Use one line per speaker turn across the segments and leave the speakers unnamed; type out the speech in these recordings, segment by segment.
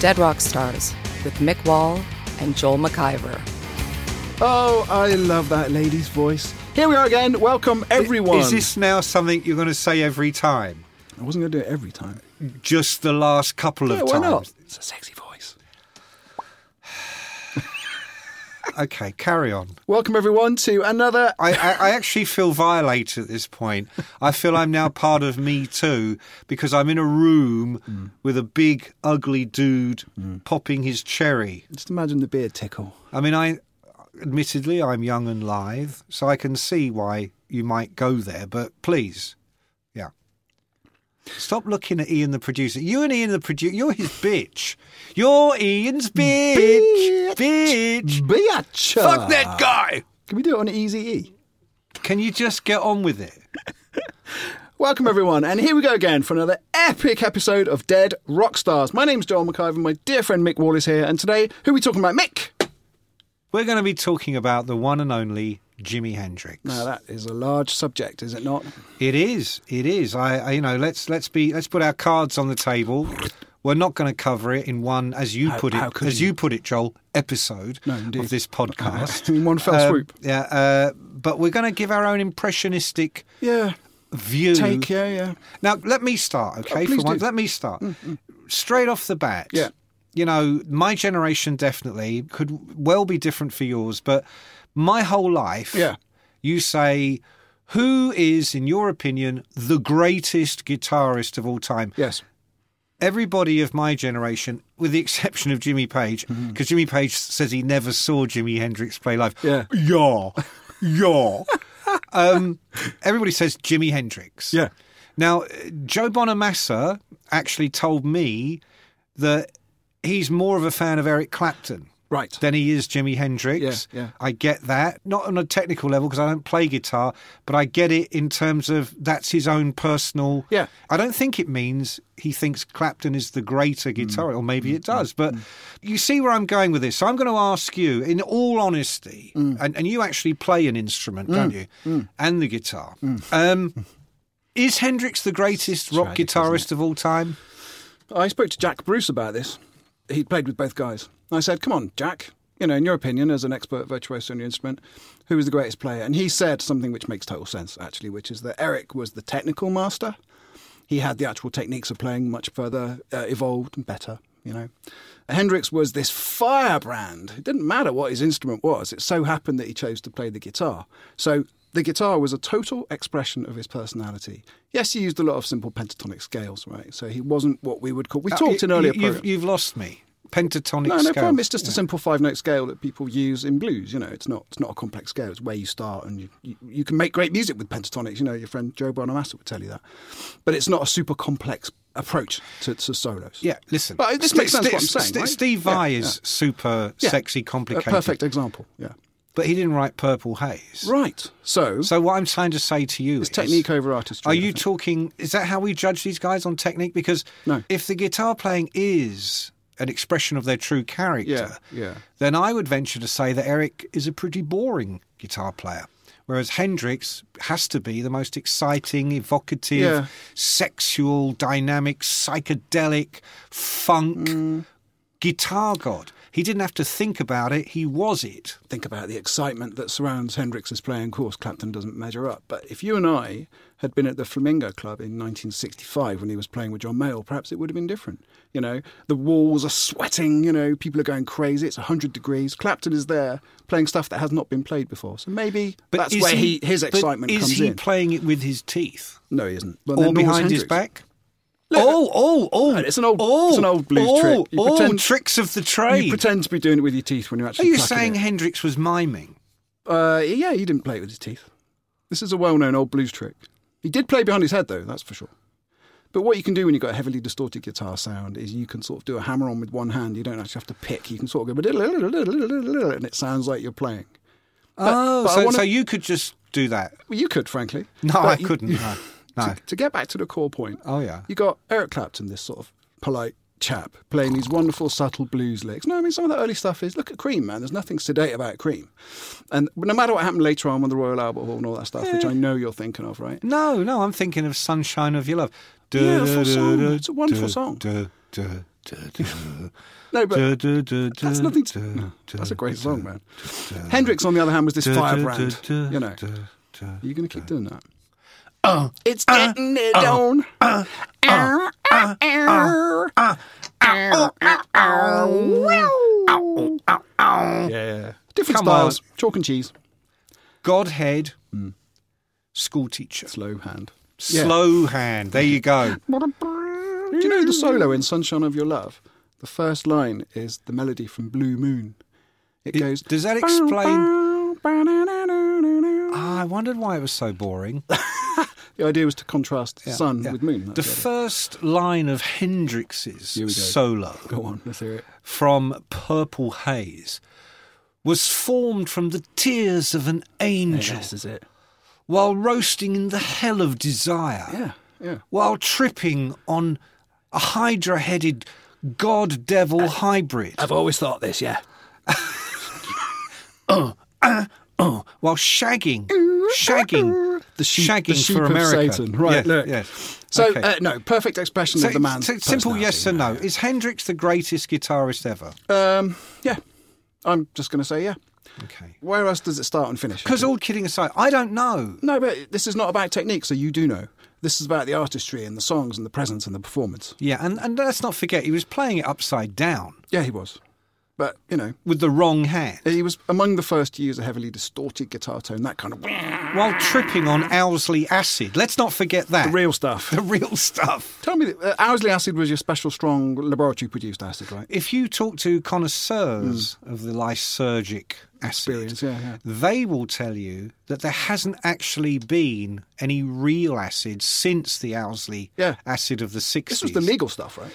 Dead Rock Stars with Mick Wall and Joel McIver.
Oh, I love that lady's voice. Here we are again. Welcome, everyone.
Is this now something you're going to say every time?
I wasn't going to do it every time.
Just the last couple
Yeah,
of
why
times.
not? It's a sexy voice.
Okay, carry on.
Welcome, everyone, to another.
I, I, I actually feel violated at this point. I feel I'm now part of Me Too because I'm in a room
Mm.
with a big, ugly dude popping his cherry.
Just imagine the beard tickle.
I mean, I admittedly I'm young and lithe, so I can see why you might go there. But please, yeah, stop looking at Ian the producer. You and Ian the producer, you're his bitch. You're Ian's bitch, bitch.
Biatch!
Fuck that guy.
Can we do it on Easy E?
Can you just get on with it?
Welcome, everyone, and here we go again for another epic episode of Dead Rock Stars. My name's Joel McIver, my dear friend Mick Wall is here, and today, who are we talking about? Mick!
We're going to be talking about the one and only Jimi Hendrix.
Now, that is a large subject, is it not?
It is. It is. I, I you know, let's let's be let's put our cards on the table. We're not going to cover it in one, as you
How-
put it,
how could
as
you?
you put it, Joel, episode
No, indeed.
of this podcast.
In one fell
Uh,
swoop.
Yeah, uh, but we're going to give our own impressionistic
Yeah.
view.
Take, yeah, yeah.
Now, let me start, okay?
Oh, please
for once,
do. Mm,
let me start. Straight off the bat.
Yeah.
You know, my generation definitely could well be different for yours, but my whole life,
Yeah.
you say, who is, in your opinion, the greatest guitarist of all time?
Yes.
Everybody of my generation, with the exception of Jimmy Page, because
Mm-hmm.
Jimmy Page says he never saw Jimi Hendrix play live.
Yeah.
Yeah. Yeah. um, everybody says Jimi Hendrix.
Yeah.
Now, uh, Joe Bonamassa actually told me that he's more of a fan of Eric Clapton
Right.
than he is Jimi Hendrix.
Yeah, yeah.
I get that. Not on a technical level because I don't play guitar, but I get it in terms of that's his own personal.
Yeah.
I don't think it means he thinks Clapton is the
Mm.
greater guitarist, or maybe it does. But you see where I'm going with this. So I'm going to ask you, in all honesty,
Mm.
and, and you actually play an instrument, don't you? And the guitar.
Mm.
Um, is Hendrix the greatest rock
tragic, isn't
guitarist of all time?
I spoke to Jack Bruce about this. He played with both guys. I said, "Come on, Jack. You know, in your opinion, as an expert virtuoso on your instrument, who was the greatest player?" And he said something which makes total sense, actually, which is that Eric was the technical master. He had the actual techniques of playing much further uh, evolved and better. You know, Hendrix was this firebrand. It didn't matter what his instrument was. It so happened that he chose to play the guitar. So the guitar was a total expression of his personality. Yes, he used a lot of simple pentatonic scales, right? So he wasn't what we would call. We
Uh,
talked in
you-
earlier.
You've,
programmes.
you've lost me. Pentatonic
No, no
scale.
problem. It's just a simple five note scale that people use in blues. You know, it's not it's not a complex scale. It's where you start, and you, you, you can make great music with pentatonics. You know, your friend Joe Bonamassa would tell you that. But it's not a super complex approach to, to solos.
Yeah, listen.
But this
Ste-
makes sense
Ste-
what I'm saying,
Ste-
right?
Steve
Yeah,
Vai is super
Yeah.
sexy,
a
complicated.
perfect example. Yeah,
But he didn't write Purple Haze.
right. So,
So what I'm trying to say to you
it's
is
technique over artistry.
Are
I
you
think.
talking? Is that how we judge these guys on technique? Because
No.
if the guitar playing is an expression of their true character,
Yeah, yeah.
then I would venture to say that Eric is a pretty boring guitar player. Whereas Hendrix has to be the most exciting, evocative,
Yeah. Mm.
sexual, dynamic, psychedelic, funk guitar god. He didn't have to think about it. He was it.
Think about the excitement that surrounds Hendrix's play. Of course, Clapton doesn't measure up. But if you and I had been at the Flamingo Club in 1965 when he was playing with John Mayall, perhaps it would have been different. You know, the walls are sweating. You know, people are going crazy. It's 100 degrees. Clapton is there playing stuff that has not been played before. So maybe that's
is
where he, his
but
excitement
is
comes
he
in.
playing it with his teeth
no, he isn't. Well,
or
then nor was
behind his
Hendrix.
back? oh, oh, oh!
It's an old-
oh,
it's an old blues
oh,
trick. You
oh,
pretend-
tricks of the
You
trade.
pretend to be doing it with your teeth when you're
Are
actually.
you
plucking
saying
it.
Hendrix was miming?
Uh, yeah, he didn't play it with his teeth. This is a well-known old blues trick. He did play behind his head, though. That's for sure. But what you can do when you've got a heavily distorted guitar sound is you can sort of do a hammer-on with one hand. You don't actually have to pick. You can sort of go and it sounds like you're playing.
oh,
but I
so,
wanna-
so you could just do that?
Well, you could, frankly.
No,
But
I
you-
couldn't. No, no.
To, to get back to the core point,
Oh, yeah.
you got Eric Clapton, this sort of polite chap, playing these wonderful subtle blues licks. No, I mean some of the early stuff is look at Cream, man. There's nothing sedate about Cream, and no matter what happened later on with the Royal Albert Hall and all that stuff, which I know you're thinking of, right?
No, no, I'm thinking of Sunshine of Your Love.
Beautiful song. It's a wonderful song. No, but that's
That's
nothing. To, no, that's a great song, man. Hendrix, on the other hand, was this firebrand. You know, are you going to keep doing that? it's getting it down. Ow, ow, ow. Yeah. Different
Come
styles. Chalk and cheese.
Godhead, school teacher.
Slow hand. Hmm. Yeah.
Slow hand. There you go.
Do you know the solo in Sunshine of Your Love? The first line is the melody from Blue Moon. It,
It-
goes.
does that explain- Ah, I wondered why it was so boring.
The idea was to contrast
Yeah,
sun
yeah.
with moon.
The
That's idea.
first line of Hendrix's
Here we go.
solo
Go on, let's hear it.
from Purple Haze was formed from the tears of an angel
is it.
while roasting in the hell of desire.
Yeah, yeah.
while tripping on a hydra headed god devil hybrid,
always thought this, yeah.
while Oh, shagging, shagging,
The sheep,
shagging
the sheep
for
of
America.
Satan. Right,
Yeah,
look.
yeah.
So,
Okay.
uh, no, perfect expression
So
of the man's
it's- it's simple yes and
personality.
no. Is Hendrix the greatest guitarist ever?
Um, yeah, I'm just going to say yeah.
Okay.
Where else does it start and finish?
Because all kidding aside, I don't know.
No, but this is not about technique, so you do know. This is about the artistry and the songs and the presence and the performance.
Yeah, and, and let's not forget, he was playing it upside down
Yeah, he was. But, you know,
with the wrong hand
he was among the first to use a heavily distorted guitar tone, that kind of
while tripping on Owsley acid. Let's not forget that.
the real stuff.
the real stuff.
Tell me, uh, Owsley acid was your special strong laboratory produced acid, right?
if you talk to connoisseurs of the lysergic acid,
Hmm. Experience, yeah, yeah.
they will tell you that there hasn't actually been any real acid since the Owsley
Yeah.
acid of the 60s.
This was the legal stuff, right?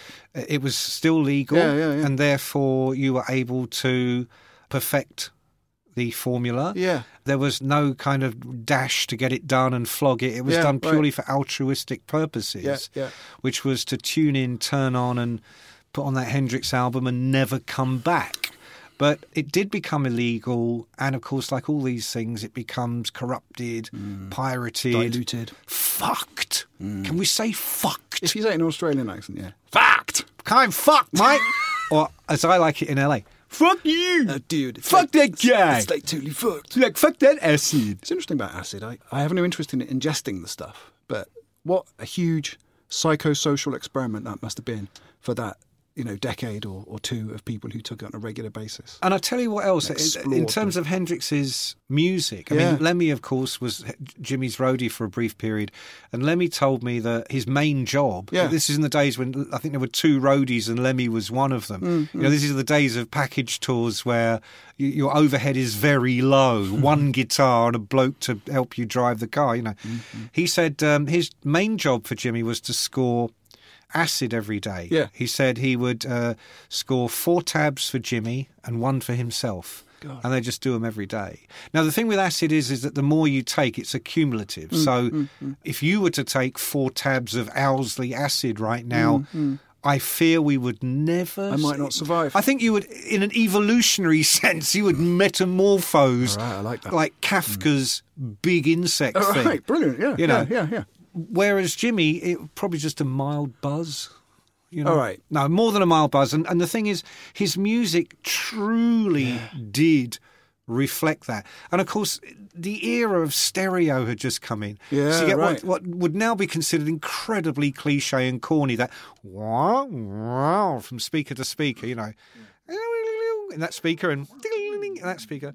It was still legal,
Yeah, yeah, yeah.
and therefore you were able to perfect the formula.
Yeah.
There was no kind of dash to get it done and flog it. It was
Yeah,
done
right.
purely for altruistic purposes,
Yeah, yeah.
which was to tune in, turn on, and put on that Hendrix album and never come back. But it did become illegal, and of course, like all these things, it becomes corrupted, pirated,
Mm. Diluted. Mm.
fucked. Can we say fucked?
If you say it in an Australian accent, yeah.
Fucked. Kind of fucked, mate. or as I like it in LA, fuck you.
Uh, dude, it's
Fuck
like-
that guy.
It's like totally fucked.
like fuck that acid.
It's interesting about acid. I, I have no interest in ingesting the stuff, but what a huge psychosocial experiment that must have been for that, you know, decade or, or two of people who took it on a regular basis.
And I'll tell you what else, in, in
Explored
terms of Hendrix's music, I
Yeah.
mean, Lemmy, of course, was H- Jimmy's roadie for a brief period. And Lemmy told me that his main job,
Yeah.
this is in the days when I think there were two roadies and Lemmy was one of them.
Mm,
You know, this is the days of package tours where y- your overhead is very low, one guitar and a bloke to help you drive the car, you know.
Mm-hmm.
He said um, his main job for Jimmy was to score acid every day.
Yeah.
He said he would uh, score four tabs for Jimmy and one for himself. And they just do them every day. Now the thing with acid is, is that the more you take, it's accumulative.
Mm,
so if you were to take four tabs of Owsley acid right now, I fear we would never.
Mm, I might
s-
not survive. Mm.
I think you would, in an evolutionary sense, you would metamorphose
All right, I like that. Mm.
like Kafka's big insect
All
thing.
right, brilliant. Yeah,
You know.
yeah, yeah, yeah.
Whereas Jimmy, it probably just a mild buzz. You know?
All right.
No, more than a mile buzz. And, and the thing is, his music truly did reflect that. And of course, the era of stereo had just come in. so
Yeah,
you get
right.
what, what would now be considered incredibly cliche and corny that wow, wow, from speaker to speaker, you know, in that speaker and in that speaker.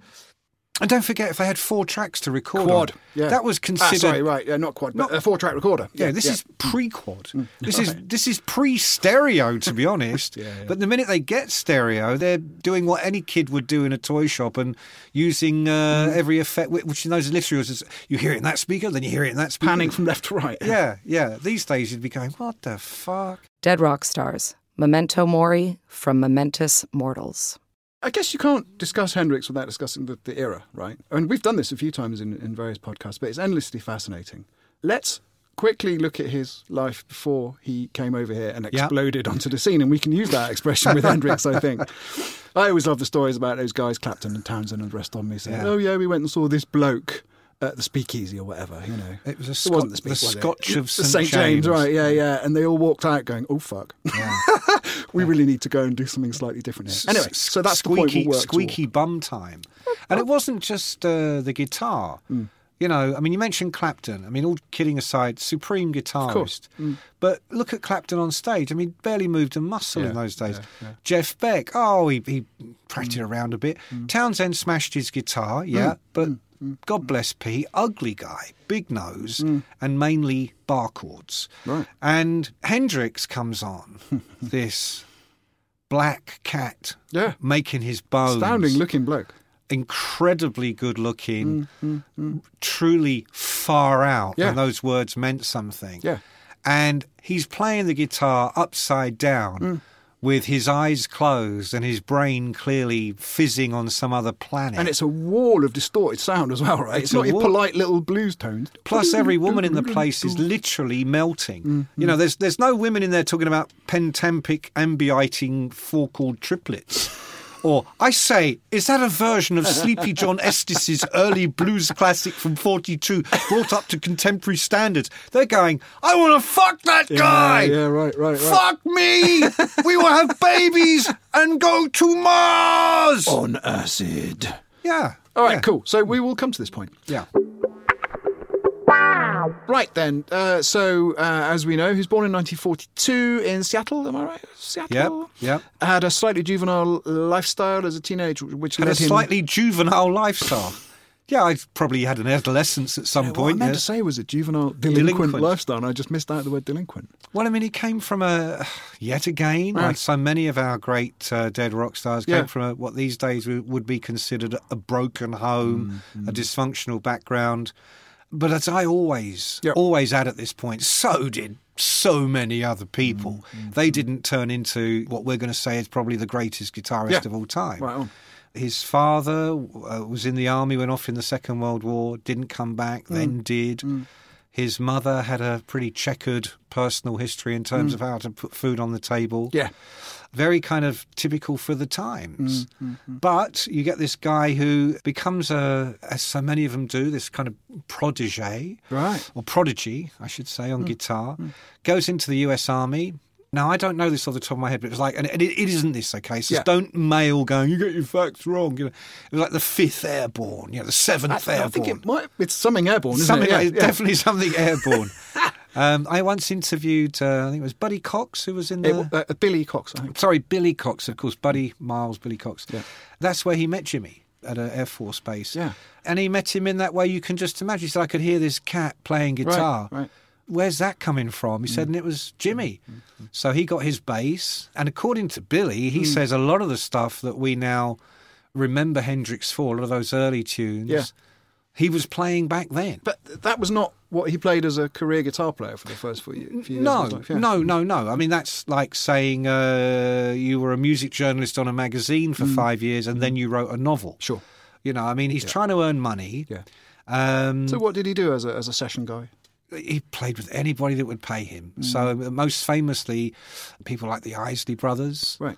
And don't forget, if they had four tracks to record, on,
Quad. Yeah.
that was
Ah,
considered.
sorry, right. Yeah, not quad, but a four track recorder.
Yeah, this is pre-quad.
Mm.
This is this is pre-stereo, to be honest. But the minute they get stereo, they're doing what any kid would do in a toy shop and using uh,
Mm.
every effect, whi- which in those literally was just- you hear it in that speaker, then you hear it in that speaker.
panning from left to right.
Yeah, yeah. These days you'd be going, what the fuck?
Dead Rock Stars, Memento Mori from Momentous Mortals.
I guess you can't discuss Hendrix without discussing the, the era, right? And we've done this a few times in, in various podcasts, but it's endlessly fascinating. Let's quickly look at his life before he came over here and
Yeah.
exploded onto the scene. And we can use that expression with Hendrix, I think. I always love the stories about those guys, Clapton and Townsend and the rest of them, who say,
Yeah.
oh, yeah, we went and saw this bloke. At the speakeasy or whatever, you know.
It was a
wasn't
Scot-
the, speakeasy,
the
was it?
Scotch of
The
St.
St.
James.
James, right, yeah, yeah. And they all walked out going, oh, fuck. we really need to go and do something slightly different here. Anyway,
S-
so that's
squeaky,
the point we'll work
squeaky bum time. And it wasn't just uh, the guitar. You know, I mean, you mentioned Clapton. I mean, all kidding aside, supreme guitarist. But look at Clapton on stage. I mean, barely moved a muscle in those days. Jeff Beck, oh, he, he pratted around a bit. Townsend smashed his guitar, yeah, but God bless P, ugly guy, big nose, and mainly bar chords. Right. And Hendrix comes on, this black cat
Yeah.
making his bones.
Astounding looking bloke.
Incredibly good looking, truly far out.
Mm, Yeah.
And those words meant something.
Yeah.
And he's playing the guitar upside down
Mm.
with his eyes closed and his brain clearly fizzing on some other planet.
And it's a wall of distorted sound as well, right? It's,
a
not your
wall.
polite little blues tones.
Plus, every woman in the place is literally
Mm,
melting. You know, there's there's no women in there talking about pentampic ambiiting four chord triplets. Or I say, is that a version of Sleepy John Estes's early blues classic from '42, brought up to contemporary standards? They're going, I want to fuck that guy.
yeah, right, right, right.
Fuck me. we will have babies and go to Mars.
On acid.
Yeah.
Oh. All right,
Yeah.
cool. So we will come to this point.
Yeah.
Right then. Uh, so, uh, as we know, he was born in 1942 in Seattle. Am I right? Seattle?
Yep, yep.
Had a slightly juvenile lifestyle as a teenager, which
had a
led him-
slightly juvenile lifestyle. Yeah, I probably had an adolescence at some
What I
point.
meant to
yes.
say was a juvenile delinquent,
Delinquent.
lifestyle, and I just missed out the word delinquent.
Well, I mean, he came from a yet again, like so many of our great uh, dead rock stars, came
Yeah.
from a, what these days w- would be considered a broken home,
Mm-hmm.
a dysfunctional background. But as I always,
Yeah.
always add at this point, so did so many other people.
Mm-hmm.
They didn't turn into what we're going to say is probably the greatest guitarist
Yeah.
of all time.
Right on.
His father uh, was in the army, went off in the Second World War, didn't come back,
Mm.
then did. His mother had a pretty checkered personal history in terms of how to put food on the table.
Mm. Yeah.
Very kind of typical for the times.
Mm,
But you get this guy who becomes a, as so many of them do, this kind of protege.
Right. Mm,
Or prodigy, I should say, on guitar. Goes into the US Army. Now, I don't know this off the top of my head, but it was like, and it, it isn't this, okay? So
Yeah.
don't mail going, you got your facts wrong. You know, it was like the 5th Airborne, you know, the 7th Airborne.
I think it might. It's something airborne, isn't
Something
it? Yeah,
like,
yeah.
definitely something airborne. um, I once interviewed, uh, I think it was Buddy Cox who was in
It,
the.
uh, Billy Cox, I think.
sorry, Billy Cox, of course, Buddy Miles, Billy Cox. That's where he met Jimmy at an Air Force base.
Yeah.
And he met him in that way you can just imagine. He said, I could hear this cat playing guitar.
right. Mm.
Where's that coming from? He said, and it was Jimmy. So he got his bass. And according to Billy,
Mm.
he says a lot of the stuff that we now remember Hendrix for, a lot of those early tunes,
Yeah.
he was playing back then.
But th- that was not what he played as a career guitar player for the first few, ye- few years.
No,
of his life, yeah.
no, no, no. I mean, that's like saying uh, you were a music journalist on a magazine for five years and then you wrote a novel.
Mm. Sure.
You know, I mean, he's trying to earn money.
Yeah.
Um,
So what did he do as a, as a session guy?
he played with anybody that would pay him. So,
Mm.
most famously, people like the Isley Brothers,
Right.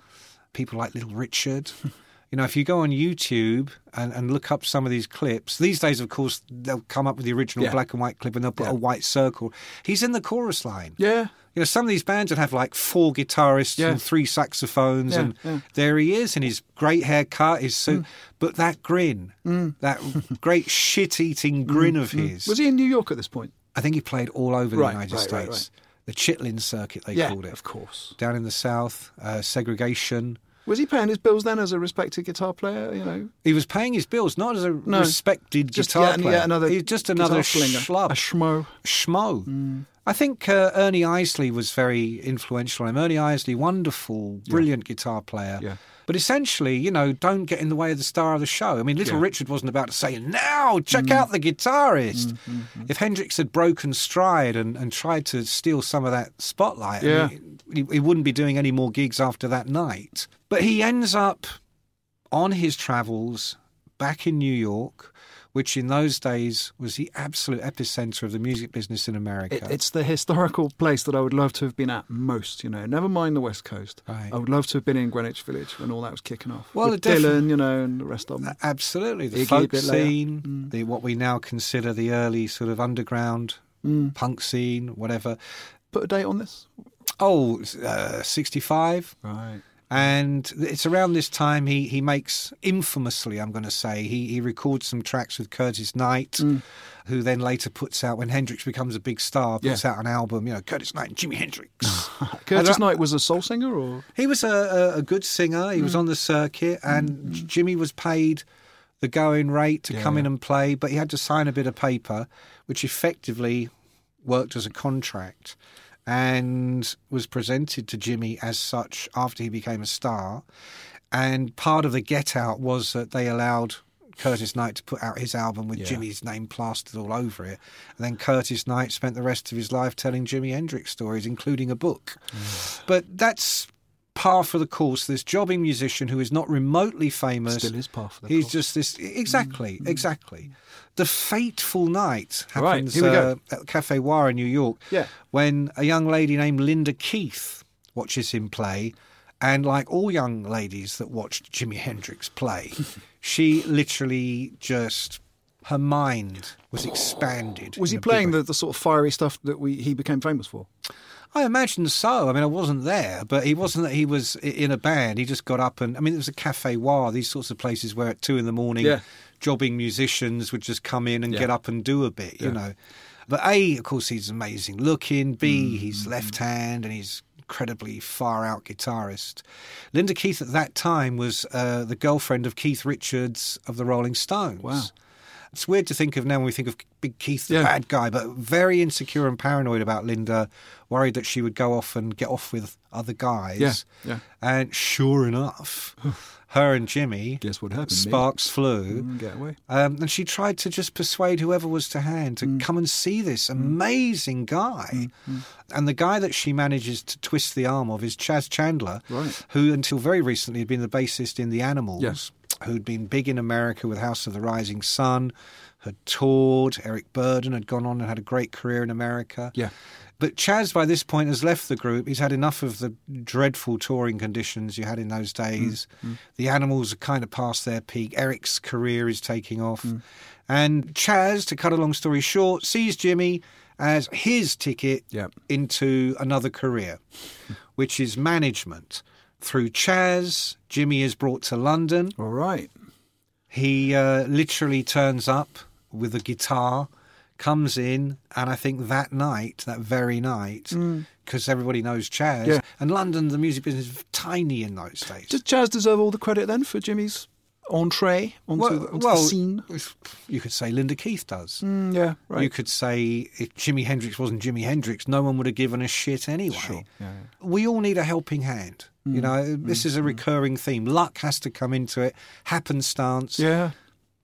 people like Little Richard. you know, if you go on YouTube and, and look up some of these clips, these days, of course, they'll come up with the original
Yeah.
black and white clip and they'll put
Yeah.
a white circle. He's in the chorus line.
Yeah.
You know, some of these bands would have like four guitarists
Yeah.
and three saxophones,
Yeah,
and
yeah. Mm.
there he is in his great haircut, his suit. But that grin, that great shit eating grin of his.
Mm, Was he in New York at this point?
I think he played all over
Right,
the United
right,
States.
right,
The Chitlin Circuit, they
yeah,
called it.
of course.
Down in the South, uh, segregation.
Was he paying his bills then as a respected guitar player? You know,
He was paying his bills, not as a respected
just
guitar
yet,
player.
yet another
He's just
guitar
another
flinger.
schlub.
a schmo.
schmo.
Mm.
I think uh, Ernie Isley was very influential on him. Ernie Isley, wonderful, brilliant guitar player.
Yeah.
But essentially, you know, don't get in the way of the star of the show. I mean, Little Richard wasn't about to say, now
Mm.
check out the guitarist. If Hendrix had broken stride and, and tried to steal some of that spotlight, I
Yeah.
mean, he, he wouldn't be doing any more gigs after that night. But he ends up on his travels back in New York, which in those days was the absolute epicenter of the music business in America.
It, it's the historical place that I would love to have been at most. You know, never mind the West Coast.
Right.
I would love to have been in Greenwich Village when all that was kicking off.
Well,
With
it defi- Uh,
Dylan, you know, and the rest of them.
Absolutely, the
Iggy,
folk
Bit Layer.
scene,
mm.
the what we now consider the early sort of underground
Mm.
punk scene, whatever.
Put a date on this.
Oh, uh, 65.
Right.
And it's around this time he, he makes infamously, I'm going to say, he, he records some tracks with Curtis Knight,
Mm.
who then later puts out, when Hendrix becomes a big star, puts
Yeah.
out an album, you know, Curtis Knight and Jimi Hendrix.
Curtis
don't-
Knight was a soul singer, or
he was a, a, a good singer, he was on the circuit, and J- Jimmy was paid the going rate to come in and play, but he had to sign a bit of paper, which effectively worked as a contract. And was presented to Jimmy as such after he became a star. And part of the get out was that they allowed Curtis Knight to put out his album with Jimmy's name plastered all over it. And then Curtis Knight spent the rest of his life telling Jimi Hendrix stories, including a book.
Mm.
But that's par for the course. This jobbing musician who is not remotely famous.
Still is par for the
He's
course.
just this. Exactly, exactly. The fateful night
All right,
happens
here we
uh,
go.
at Cafe Noir in New York
Yeah.
when a young lady named Linda Keith watches him play. And like all young ladies that watched Jimi Hendrix play, she literally just her mind was expanded.
was he
in a big
playing
way.
the, the sort of fiery stuff that we he became famous for?
I imagine so. I mean, I wasn't there, but he wasn't that he was i- in a band. He just got up and I mean, it was a cafe noir, these sorts of places where at two in the morning,
Yeah.
jobbing musicians would just come in and
Yeah.
get up and do a bit, you know. But A, of course, he's amazing looking.
Mm.
B, he's left hand and he's incredibly far out guitarist. Linda Keith at that time was uh, the girlfriend of Keith Richards of the Rolling Stones.
Wow.
It's weird to think of now when we think of Big Keith, the
Yeah.
bad guy, but very insecure and paranoid about Linda, worried that she would go off and get off with other guys.
Yeah, yeah.
And sure enough, her and Jimmy,
Guess what happened, mate?
Sparks flew.
Mm, get away.
Um, and she tried to just persuade whoever was to hand
Mm.
to come and see this amazing guy. And the guy that she manages to twist the arm of is Chaz Chandler,
Right.
who until very recently had been the bassist in The Animals,
Yes.
who'd been big in America with House of the Rising Sun, had toured. Eric Burden had gone on and had a great career in America.
Yeah.
But Chaz, by this point, has left the group. He's had enough of the dreadful touring conditions you had in those days. The animals are kind of past their peak. Eric's career is taking off. And Chaz, to cut a long story short, sees Jimmy as his ticket
Yep.
into another career, which is management. Through Chaz, Jimmy is brought to London.
All right.
He uh, literally turns up with a guitar, comes in, and I think that night, that very night, because everybody knows Chaz,
Mm. Yeah.
and London, the music business is tiny in those days.
Does Chaz deserve all the credit then for Jimmy's entree onto,
Well-
the, onto
well,
the scene?
you could say Linda Keith does.
Mm, yeah, right.
You could say if Jimi Hendrix wasn't Jimi Hendrix, no one would have given a shit anyway. We all need a helping hand. You
Mm.
know, this is a recurring theme. Luck has to come into it, happenstance.
yeah.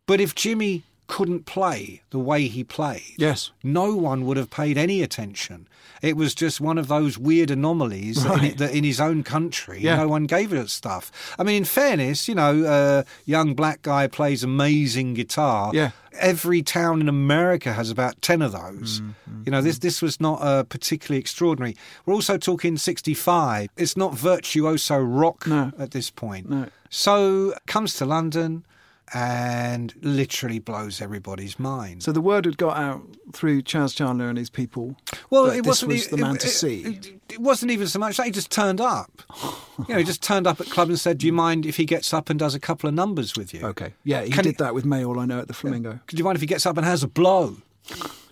But if Jimmy couldn't play the way he played,
Yes.
no one would have paid any attention. It was just one of those weird anomalies that, in, that in his own country,
Yeah.
no one gave it stuff. I mean, in fairness, you know, uh, young black guy plays amazing guitar.
Yeah.
Every town in America has about 10 of those.
Mm-hmm.
You know, this, this was not uh, particularly extraordinary. We're also talking 65. It's not virtuoso rock
No.
at this point.
No.
So comes to London and literally blows everybody's mind.
So the word had got out through Charles Chandler and his people. that this was
e-
the man
it-
to see.
It, it wasn't even so much that he just turned up. you know, he just turned up at club and said, "Do you mind if he gets up and does a couple of numbers with you?"
okay, yeah, he
Can
did
he-
that with May All I Know at the Flamingo.
Do you mind if he gets up and has a blow?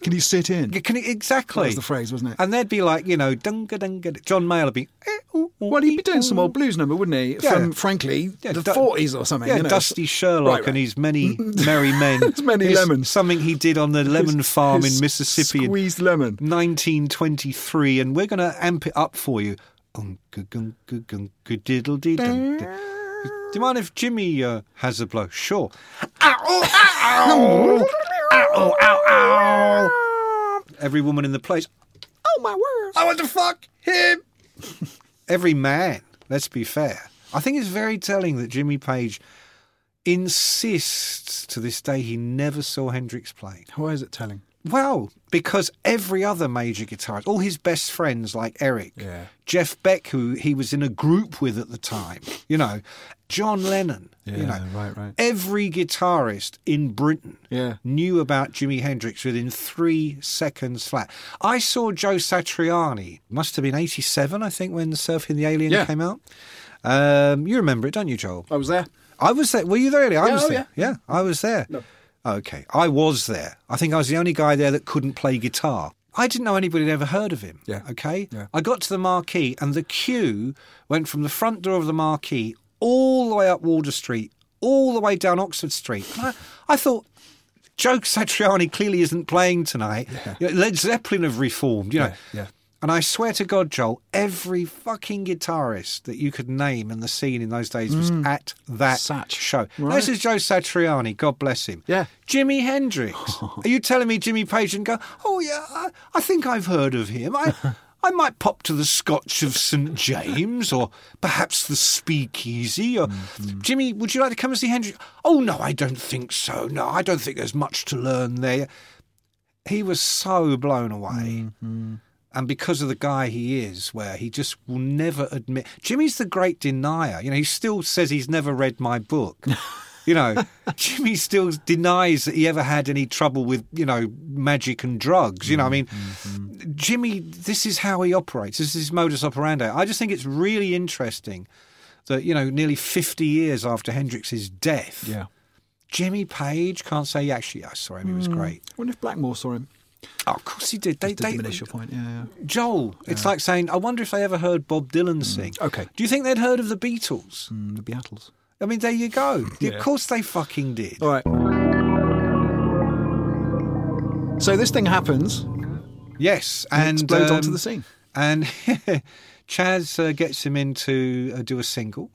Can he sit in?
Yeah, Can he, exactly.
That was the phrase, wasn't it?
And they'd be like, you know, dunga dunga. John Mayer would be. eh, ooh, ooh,
Well, he'd be
ee,
doing some
ooh.
old blues number, wouldn't he?
Yeah.
From, frankly,
Yeah,
the
du-
40s or something.
Yeah,
you know.
Dusty Sherlock
Right, right.
and his many merry men.
His many
It's
lemons.
Something he did on the lemon
His-
farm
his
in Mississippi in
Squeezed lemon.
1923, and we're going to amp it up for you. Unka gunka gunka diddle dee dun dun. Do you mind if Jimmy uh, has a blow? Sure. Ow, ow, ow, ow, ow, ow. Every woman in the place.
Oh, my word.
I want to fuck him. Every man, let's be fair. I think it's very telling that Jimmy Page insists to this day he never saw Hendrix play.
Why Oh, is it telling?
Well, because every other major guitarist, all his best friends like Eric,
Yeah.
Jeff Beck, who he was in a group with at the time, you know, John Lennon, you know,
Yeah, right, right.
every guitarist in Britain
Yeah.
knew about Jimi Hendrix within three seconds flat. I saw Joe Satriani, must have been 87, I think, when Surfing the Alien
Yeah.
came out. Um, you remember it, don't you, Joel?
I was there.
I was there. Were you there? Eddie? I
Yeah,
was
oh,
there. Yeah. I was there. Okay, I was there. I think I was the only guy there that couldn't play guitar. I didn't know anybody had ever heard of him.
Yeah.
Okay.
Yeah.
I got to the marquee, and the queue went from the front door of the marquee all the way up Wardour Street, all the way down Oxford Street. And I, I thought. Joe Satriani clearly isn't playing tonight. You know, Led Zeppelin have reformed, you know.
yeah.
And I swear to God, Joel, every fucking guitarist that you could name in the scene in those days
Mm.
was at that
Sach.
show. Now,
Right.
This is Joe Satriani, God bless him.
Yeah.
Jimi Hendrix. Are you telling me Jimmy Page and go, oh, yeah, I, I think I've heard of him. I, I might pop to the Scotch of St. James or perhaps the Speakeasy. Or,
Mm-hmm.
Jimmy, would you like to come and see Hendrix? Oh, no, I don't think so. No, I don't think there's much to learn there. He was so blown away
Mm.
and because of the guy he is, where he just will never admit. Jimmy's the great denier. You know, he still says he's never read my book. You know, Jimmy still denies that he ever had any trouble with, you know, magic and drugs. You know, I mean, Mm-hmm. Jimmy, this is how he operates. This is his modus operandi. I just think it's really interesting that, you know, nearly 50 years after Hendrix's death,
Yeah.
Jimmy Page can't say, actually, I saw him. He was great.
I wonder if Blackmore saw him.
Mm. Oh, of course he did. They,
To
they,
diminish your point. Yeah, yeah.
Joel, it's like saying, I wonder if they ever heard Bob Dylan sing.
okay.
Do you think they'd heard of the Beatles?
Mm, the Beatles.
I mean, there you go.
Yeah.
Of course they fucking did.
All right. So this thing happens
Yes.
and
And
explodes onto
um,
the scene.
And Chaz uh, gets him in to uh, do a single.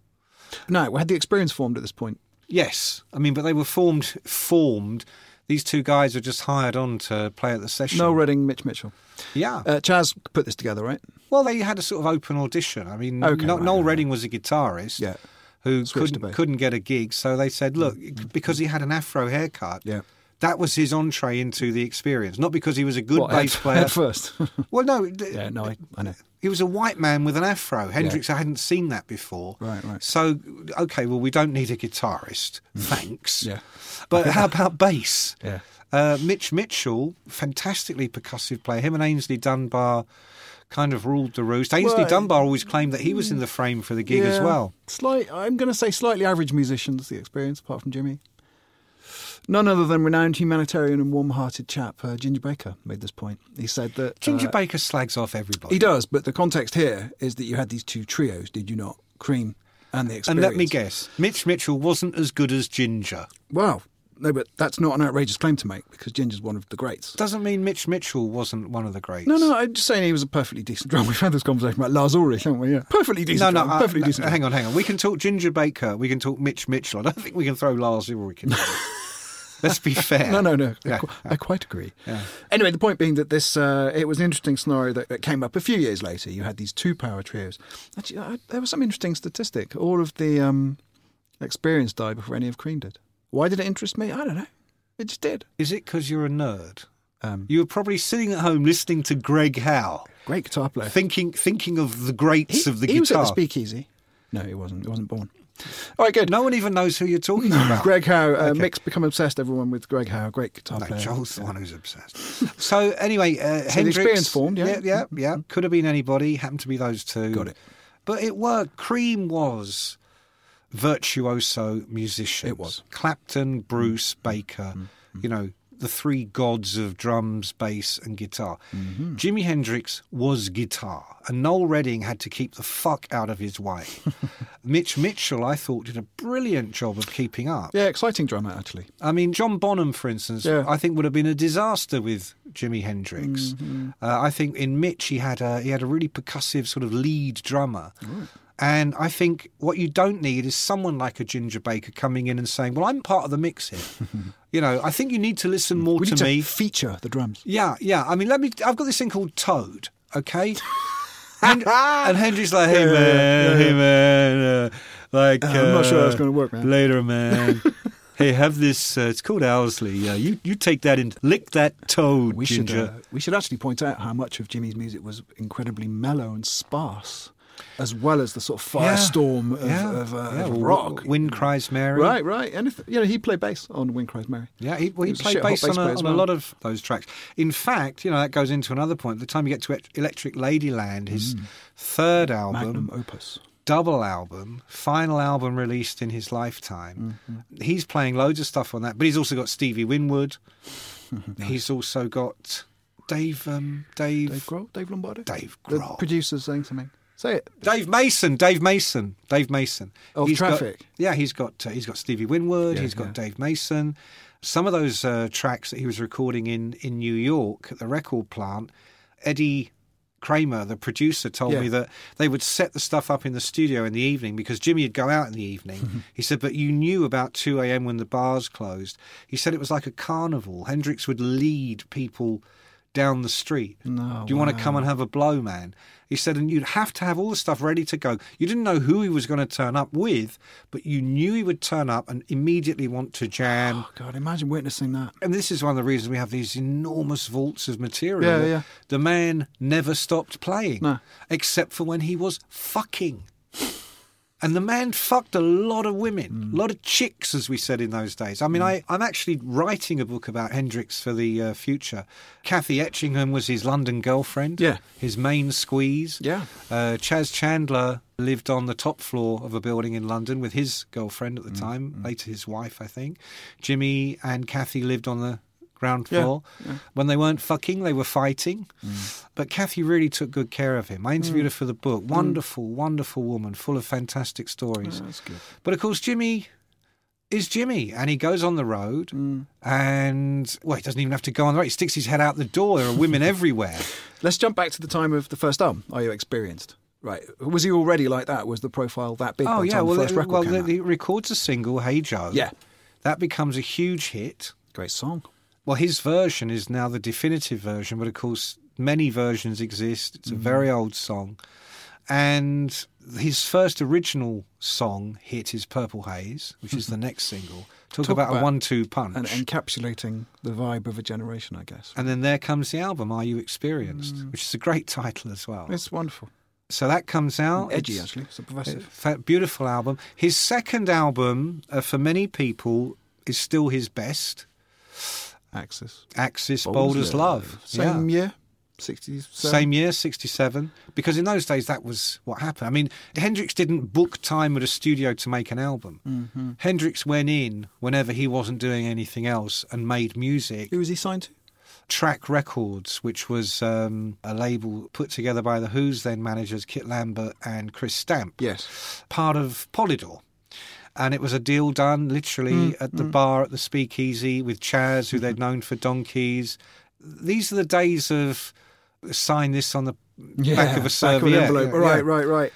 No, we had the experience formed at this point.
Yes. I mean, but they were formed. formed. These two guys were just hired on to play at the session.
No Redding, Mitch Mitchell.
Yeah.
Uh, Chaz put this together, right?
Well, they had a sort of open audition. I mean,
Okay,
no,
right,
Noel
right,
Redding was a guitarist
Yeah.
who
Switched to
couldn't,
bass. Mm.
couldn't get a gig, so they said, look, because he had an afro haircut,
Yeah.
that was his entree into the experience, not because he was a good
What,
bass
head-
player.
head first?
Well, no, th-
yeah, no, I, I know.
he was a white man with an afro. Hendrix, I hadn't seen that before.
Right, right. Mm.
So, okay, well, we don't need a guitarist, thanks.
Yeah.
But how about bass?
Yeah.
Uh, Mitch Mitchell, fantastically percussive player. Him and Ainsley Dunbar kind of ruled the roost. Ainsley
Well, mm,
Dunbar always claimed that he was in the frame for the gig as
Yeah.
well.
Slight, I'm going to say slightly average musicians, the experience, apart from Jimmy. None other than renowned humanitarian and warm hearted chap uh, Ginger Baker made this point. He said that.
Ginger
uh,
Baker slags off everybody.
He does, but the context here is that you had these two trios, did you not? Cream and the
And
experience.
let me guess, Mitch Mitchell wasn't as good as Ginger.
Wow. No, but that's not an outrageous claim to make because Ginger's one of the greats.
Doesn't mean Mitch Mitchell wasn't one of the greats.
No, no, I'm just saying he was a perfectly decent drummer. We've had this conversation about Lars Ulrich, haven't we? Yeah. Perfectly
No,
decent
no,
drummer.
uh,
perfectly
no,
decent.
hang on, hang on. We can talk Ginger Baker. We can talk Mitch Mitchell. I don't think we can throw Lars Ulrich in. there. Let's be fair.
No, no, no.
Yeah.
I, qu- I quite agree. Anyway, the point being that this, uh, it was an interesting scenario that, that came up a few years later. You had these two power trios. Actually, I, there was some interesting statistic. All of the um, experience died before any of Cream did. Why did it interest me? I don't know. It just did.
Is it because you're a nerd?
Um,
you were probably sitting at home listening to Greg Howe,
Great guitar player.
thinking thinking of the greats
he,
of the
he was at
guitar.
the speakeasy. No, he wasn't. He wasn't born. All right, good.
No one even knows who you're talking about.
Greg Howe. Uh, Mick's become obsessed, everyone, with Greg Howe. Great guitar
No,
player.
Joel's the one who's obsessed. So anyway, uh, Hendrix
experience formed, yeah. Mm-hmm.
yeah, yeah, yeah. Could have been anybody. Happened to be those two.
Got it.
But it worked. Cream was virtuoso musicians.
It was. Mm-hmm.
Clapton, Bruce, Baker. You know the three gods of drums, bass, and guitar.
Mm-hmm.
Jimi Hendrix was guitar, and Noel Redding had to keep the fuck out of his way. Mitch Mitchell, I thought, did a brilliant job of keeping up.
Yeah, exciting drummer, actually.
I mean, John Bonham, for instance,
Yeah.
I think would have been a disaster with Jimi Hendrix.
Mm-hmm.
Uh, I think in Mitch he had a he had a really percussive sort of lead drummer. And I think what you don't need is someone like a Ginger Baker coming in and saying, "Well, I'm part of the mix here." you know, I think you need to listen more
We
to
need to
me.
feature the drums.
Yeah, yeah. I mean, let me. I've got this thing called Toad. Okay. and, and Hendry's like, hey man, hey man, uh, like,
I'm not sure
uh,
that's gonna work, man."
Later, man. hey, have this. Uh, it's called Owsley. Uh, you you take that and lick that toad,
We should,
Ginger.
uh, we should actually point out how much of Jimmy's music was incredibly mellow and sparse, as well as the sort of
Yeah.
firestorm of,
Yeah,
of, uh,
yeah,
of
well,
rock.
Wind cries Mary.
Right, right. Anything. You know, he played bass on Wind Cries Mary.
Yeah, he, well, he
was a
played
shit hot
bass on,
player
a,
as
on a
well.
lot of those tracks. In fact, you know, that goes into another point. By the time you get to E- Electric Ladyland, his third album,
Mm. magnum opus.
double album, final album released in his lifetime.
Mm-hmm.
He's playing loads of stuff on that, but he's also got Stevie Winwood. He's also got Dave, um,
Dave
Dave, Dave,
Grohl, Dave Lombardo,
Dave
The
Grohl.
producer's saying something. Say it.
Mason, Dave Mason, Dave Mason.
Of
He's got-
Traffic.
yeah, he's got uh, he's got Stevie Winwood. he's got Dave Mason. Some of those uh, tracks that he was recording in in New York at the record plant, Eddie. Kramer, the producer, told
Yeah.
me that they would set the stuff up in the studio in the evening because Jimmy would go out in the evening. he said, but you knew about 2 a.m. when the bars closed. He said it was like a carnival. Hendrix would lead people down the street. Do you want to come and have a blow, man? He said, and you'd have to have all the stuff ready to go. You didn't know who he was going to turn up with, but you knew he would turn up and immediately want to jam
Oh God, imagine witnessing that.
and this is one of the reasons we have these enormous vaults of material.
Yeah,
that
yeah.
The man never stopped playing,
No.
except for when he was fucking. And the man fucked a lot of women,
Mm.
a lot of chicks, as we said in those days. I mean, I, I'm actually writing a book about Hendrix for the uh, future. Kathy Etchingham was his London girlfriend,
Yeah.
his main squeeze.
Yeah.
Uh, Chaz Chandler lived on the top floor of a building in London with his girlfriend
Mm,
at the time, later his wife, I think. Jimmy and Kathy lived on the ground
Yeah, Mm.
floor. When they weren't fucking, they were fighting. But Kathy really took good care of him. I interviewed her for the book. Wonderful, wonderful woman, full of fantastic stories.
Oh, That's good.
But of course, Jimmy is Jimmy, and he goes on the road,
Mm.
and well, he doesn't even have to go on the road. He sticks his head out the door. There are women everywhere.
Let's jump back to the time of the first album. Are you experienced? Right. Was he already like that? Was the profile that big? by
Oh
the
yeah,
time
well,
the first
it-
record
well,
came
the-
out?
he records a single, "Hey Joe."
Yeah.
that becomes a huge hit.
great song.
Well, his version is now the definitive version, but of course, many versions exist.
Mm-hmm.
It's a very old song, and his first original song hit is "Purple Haze," which is the next single. Talk,
Talk
about,
about
a one-two punch.
and encapsulating the vibe of a generation, I guess.
And then there comes the album, Are You Experienced? Which is a great title as well.
Mm. It's wonderful,
so that comes out.
edgy
It's-
actually, it's progressive.
fa- Beautiful album. His second album, uh, for many people, is still his best.
Axis.
Axis Boulder's Love.
Same
Yeah.
year, sixties.
Same year, 67. Because in those days, that was what happened. I mean, Hendrix didn't book time at a studio to make an album. Hendrix went in whenever he wasn't doing anything else and made music.
Who was he signed to?
Track Records, which was um, a label put together by the Who's then managers Kit Lambert and Chris Stamp,
Yes.
part of Polydor. And it was a deal done literally
Hmm,
at the bar at the speakeasy with Chaz, who they'd known for donkeys. These are the days of sign this on the back of a
back
serviette.
an envelope.
Yeah,
right,
yeah.
right, right.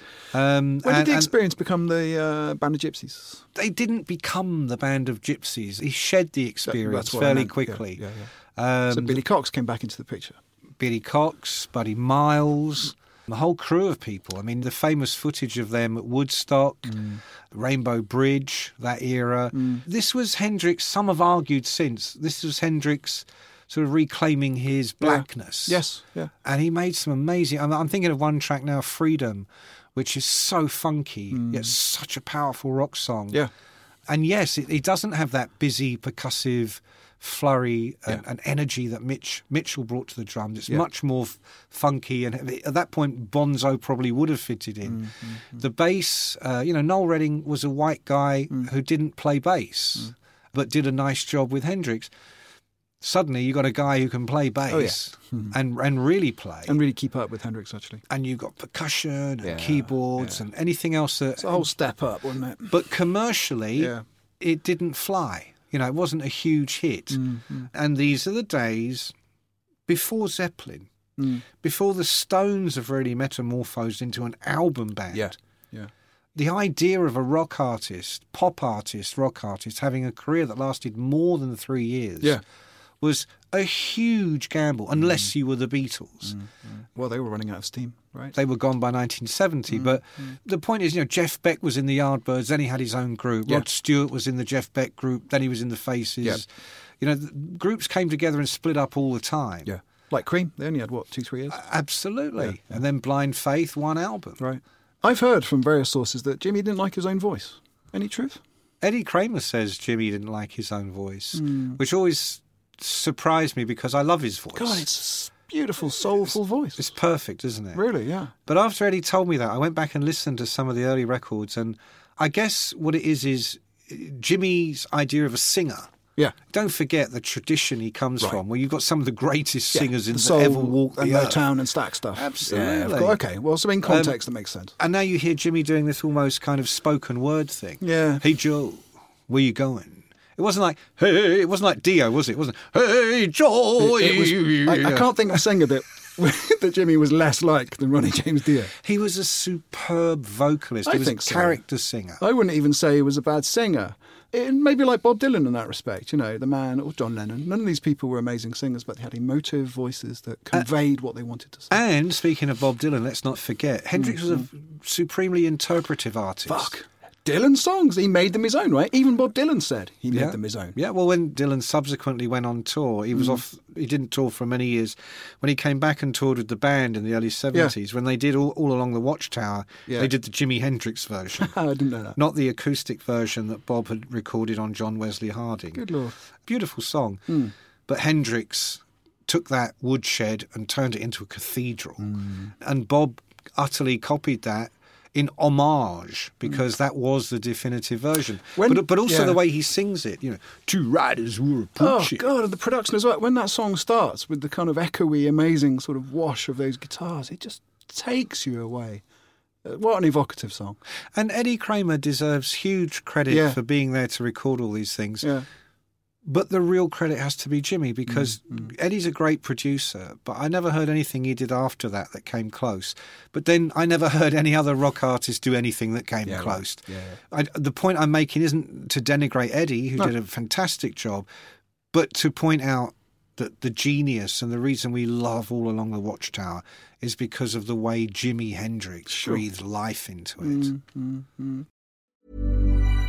Um,
When
and-
did the
and-
experience become the uh, band of gypsies?
they didn't become the band of gypsies. He shed the experience
that's what I
fairly
meant. Yeah,
quickly.
yeah,
Um,
so Billy Cox came back into the picture.
Billy Cox, Buddy Miles, the whole crew of people. I mean, the famous footage of them at Woodstock,
Mm.
Rainbow Bridge, that era. This was Hendrix, some have argued since, this was Hendrix sort of reclaiming his blackness.
Yes, yeah.
And he made some amazing. I'm, I'm thinking of one track now, Freedom, which is so funky, yet such a powerful rock song.
Mm. Yeah.
And yes, it, it doesn't have that busy percussive flurry and, and energy that Mitch Mitchell brought to the drums. It's much more f- funky, and at that point, Bonzo probably would have fitted
Mm,
in. The bass, uh, you know, Noel Redding was a white guy
Mm.
who didn't play bass, but did a nice job with Hendrix. Suddenly, you got a guy who can play bass and and really play,
Oh, Hmm. and really keep up with Hendrix actually.
and you've got percussion and keyboards and anything else that
It's a whole step up, wasn't it?
but commercially
Yeah.
it didn't fly you know it wasn't a huge hit
Mm,
and these are the days before zeppelin
Mm.
before the stones have really metamorphosed into an album band
yeah.
the idea of a rock artist pop artist rock artist having a career that lasted more than 3 years
Yeah. Mm.
was a huge gamble unless you were the beatles
Well, they were running out of steam, right?
they were gone by
Mm,
1970. But the point is, you know, Jeff Beck was in the Yardbirds, then he had his own group.
Yeah.
Rod Stewart was in the Jeff Beck group, then he was in the Faces.
Yeah.
You know, th- groups came together and split up all the time.
yeah. Like Cream, they only had what two, three years,
Absolutely. And then Blind Faith, one album.
right? I've heard from various sources that Jimmy didn't like his own voice. Any truth?
Eddie Kramer says Jimmy didn't like his own voice,
Hmm.
which always surprised me because I love his voice.
God, it's a beautiful, soulful voice.
It's perfect, isn't it?
really, yeah.
But after Eddie told me that, I went back and listened to some of the early records, and I guess what it is is uh, Jimmy's idea of a singer.
Yeah.
Don't forget the tradition he comes
Right.
from, where you've got some of the greatest singers in
the
that ever walked
and
the
their
earth.
town and stack stuff. Yeah, of
Absolutely. Um,
course. okay, well, so in context, that makes sense.
And now you hear Jimmy doing this almost kind of spoken word thing.
Yeah.
Hey Joe, where you going? It wasn't like hey. It wasn't like Dio, was it? It wasn't hey Joe.
It was- I, I can't think of a singer that that Jimmy was less like than Ronnie James Dio.
He was a superb vocalist.
I
he was
think
a
so.
character singer.
I wouldn't even say he was a bad singer. It, maybe like Bob Dylan in that respect, you know, the man or John Lennon. None of these people were amazing singers, but they had emotive voices that
Uh,
conveyed what they wanted to say.
And speaking of Bob Dylan, let's not forget Hendrix was a supremely interpretive artist.
Mm-hmm. Fuck. Dylan songs, he made them his own, right? Even Bob Dylan said he made them his own. Mm.
Yeah, well, when Dylan subsequently went on tour, he was off. He didn't tour for many years. When he came back and toured with the band in the early seventies, when they did all, all along the Watchtower,
Yeah.
they did the Jimi Hendrix version,
I didn't know that.
not the acoustic version that Bob had recorded on John Wesley Harding.
Good lord.
beautiful song.
Hmm.
But Hendrix took that woodshed and turned it into a cathedral.
Hmm.
And Bob utterly copied that in homage because that was the definitive version.
Hmm. When-
but, but also
yeah.
the way he sings it, you know, two riders were a
Oh
poochie."
god, and the production as well. When that song starts with the kind of echoey, amazing sort of wash of those guitars, it just takes you away. Uh, What an evocative song!
And Eddie Kramer deserves huge credit
Yeah.
for being there to record all these things.
Yeah,
But the real credit has to be Jimmy because
Mm,
Eddie's a great producer, but I never heard anything he did after that that came close. But then I never heard any other rock artist do anything that came
Yeah,
close.
right. Yeah,
I, the point I'm making isn't to denigrate Eddie, who
No.
did a fantastic job, but to point out that the genius and the reason we love All Along the Watchtower is because of the way Jimi Hendrix
Sure. Mm.
breathed life into it.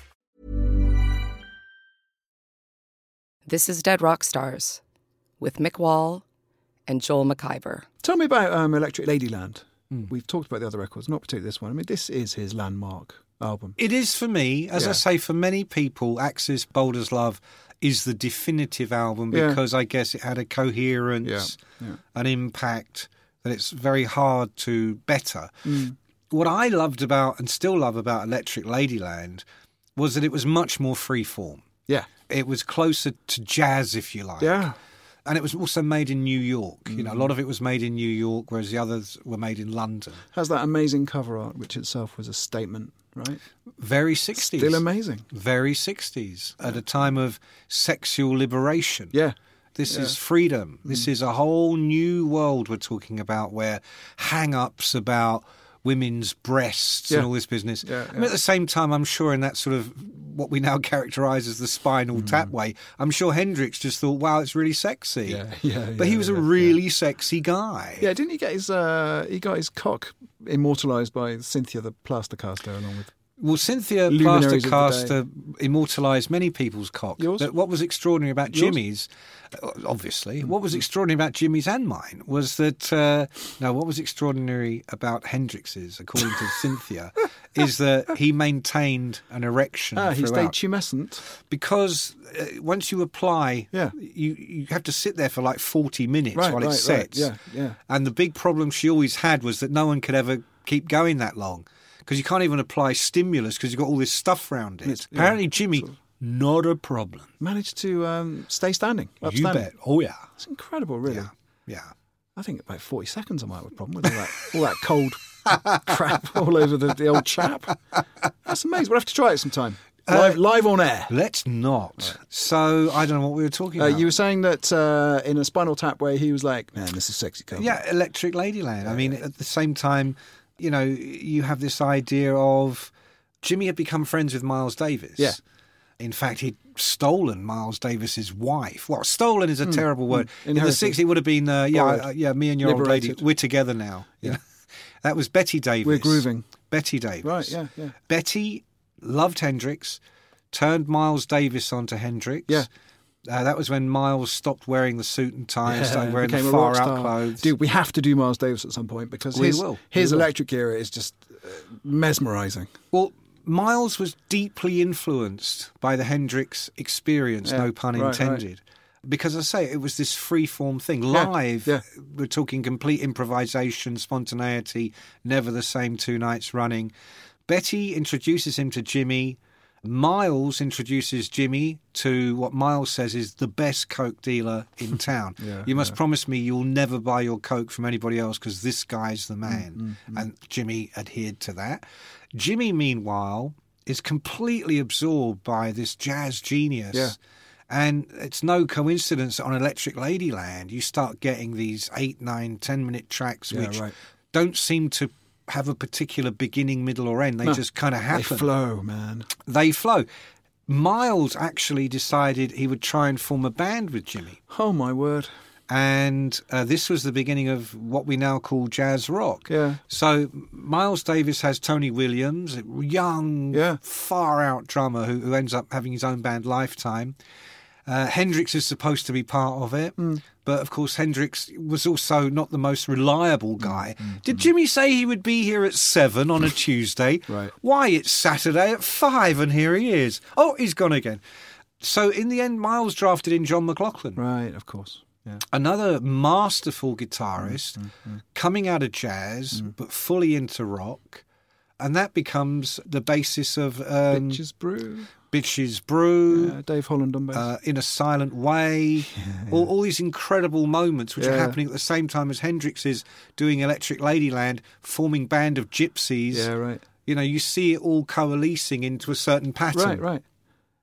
This is Dead Rock Stars with Mick Wall and Joel McIver.
Tell me about um, Electric Ladyland. We've talked about the other records, not particularly this one. I mean, this is his landmark album.
It is for me, as I
Yeah.
say, for many people, Axis Boulder's Love is the definitive album
Yeah.
because I guess it had a coherence, an impact that it's very hard to better.
Mm.
What I loved about and still love about Electric Ladyland was that it was much more freeform.
Yeah.
It was closer to jazz, if you like.
Yeah. Mm.
And it was also made in New York. You know, a lot of it was made in New York, whereas the others were made in London.
Has that amazing cover art, which itself was a statement, right?
Very 60s.
Still amazing.
very 60s at a time of sexual liberation.
Yeah. Mm.
This is freedom. This is a whole new world we're talking about where hang ups about women's breasts and
Yeah.
all this business.
Yeah,
I mean, at the same time, I'm sure in that sort of what we now characterize as the spinal
Mm.
tap way, I'm sure Hendrix just thought, wow, it's really sexy.
Yeah, yeah,
but he
yeah,
was a
yeah,
really sexy guy.
Yeah, didn't he get his uh, he got his cock immortalised by Cynthia the Plastercaster along with
Well, Cynthia
Luminaries of the
Plastercaster immortalised many people's cock.
Yours?
But what was extraordinary about Jimmy's, uh,
Hmm.
obviously, what was extraordinary about Jimmy's and mine was that, uh, no, what was extraordinary about Hendrix's, according to Cynthia, is that he maintained an erection
Ah, he stayed
throughout.
tumescent.
because uh, once you apply,
Yeah.
you, you have to sit there for like 40 minutes
Right,
while
right,
it
right.
sets.
Yeah, yeah.
And the big problem she always had was that no one could ever keep going that long because you can't even apply stimulus because you've got all this stuff around it.
yeah,
Apparently, Jimmy, not a problem.
Managed to um, stay standing.
You
upstanding.
bet. Oh, yeah.
It's incredible, really.
Yeah. Yeah.
I think about 40 seconds I might have a problem with all that, all that cold crap all over the, the old chap. That's amazing. We'll have to try it sometime.
Uh,
Live, live on air.
Let's not. So, I don't know what we were talking
Uh,
about.
you were saying that uh, in a Spinal Tap way, he was like, man, this is sexy. Come
Yeah, Electric Ladyland. I mean, at the same time, you know, you have this idea of Jimmy had become friends with Miles Davis.
Yeah.
In fact, he'd stolen Miles Davis's wife. Well, stolen is a terrible word. In the
Hmm. Inherited.
60s, it would have been, uh, yeah,
Borrowed.
uh, yeah, me and your old
Liberated.
lady, we're together now. Yeah. that was Betty Davis.
We're grooving.
Betty Davis.
Right, yeah, yeah.
Betty loved Hendrix, turned Miles Davis onto Hendrix.
Yeah.
Uh, that was when Miles stopped wearing the suit and tie and started wearing the
became a
far
rock
out
star.
clothes.
Dude, we have to do Miles Davis at some point because
We
his,
will.
his
We will.
electric era is just uh, mesmerizing.
Well, Miles was deeply influenced by the Hendrix experience,
Yeah,
no pun
right, right.
intended. Because I say it was this freeform thing.
Yeah,
Live,
yeah.
we're talking complete improvisation, spontaneity, never the same two nights running. Betty introduces him to Jimmy. Miles introduces Jimmy to what Miles says is the best Coke dealer in town. you must promise me you'll never buy your Coke from anybody else because this guy's
Mm,
the man. And Jimmy adhered to that. Jimmy, meanwhile, is completely absorbed by this jazz genius.
Yeah.
And it's no coincidence that on Electric Ladyland, you start getting these eight, nine, ten minute tracks
Yeah,
which
right.
don't seem to have a particular beginning, middle, or end. They just kind of
They
happen
flow, man.
they flow. Miles actually decided he would try and form a band with Jimmy.
Oh, my word.
And uh, this was the beginning of what we now call jazz rock.
Yeah.
So Miles Davis has Tony Williams, a young,
Yeah.
far out drummer who, who ends up having his own band Lifetime. Uh, Hendrix is supposed to be part of it,
Mm.
but of course Hendrix was also not the most reliable
Mm.
guy. Did Jimmy say he would be here at seven on a Tuesday?
Right.
Why it's Saturday at five, and here he is. Oh, he's gone again. So in the end, Miles drafted in John McLaughlin
Right, of course. Yeah.
another masterful guitarist
Mm,
coming out of jazz but fully into rock and that becomes the basis of um,
Bitches Brew.
bitches brew
Yeah, Dave Holland on bass.
uh, in a silent way, All, all these incredible moments which are
Yeah.
happening at the same time as Hendrix is doing Electric Ladyland, forming Band of Gypsies.
yeah, right.
You know, you see it all coalescing into a certain pattern.
Right, right.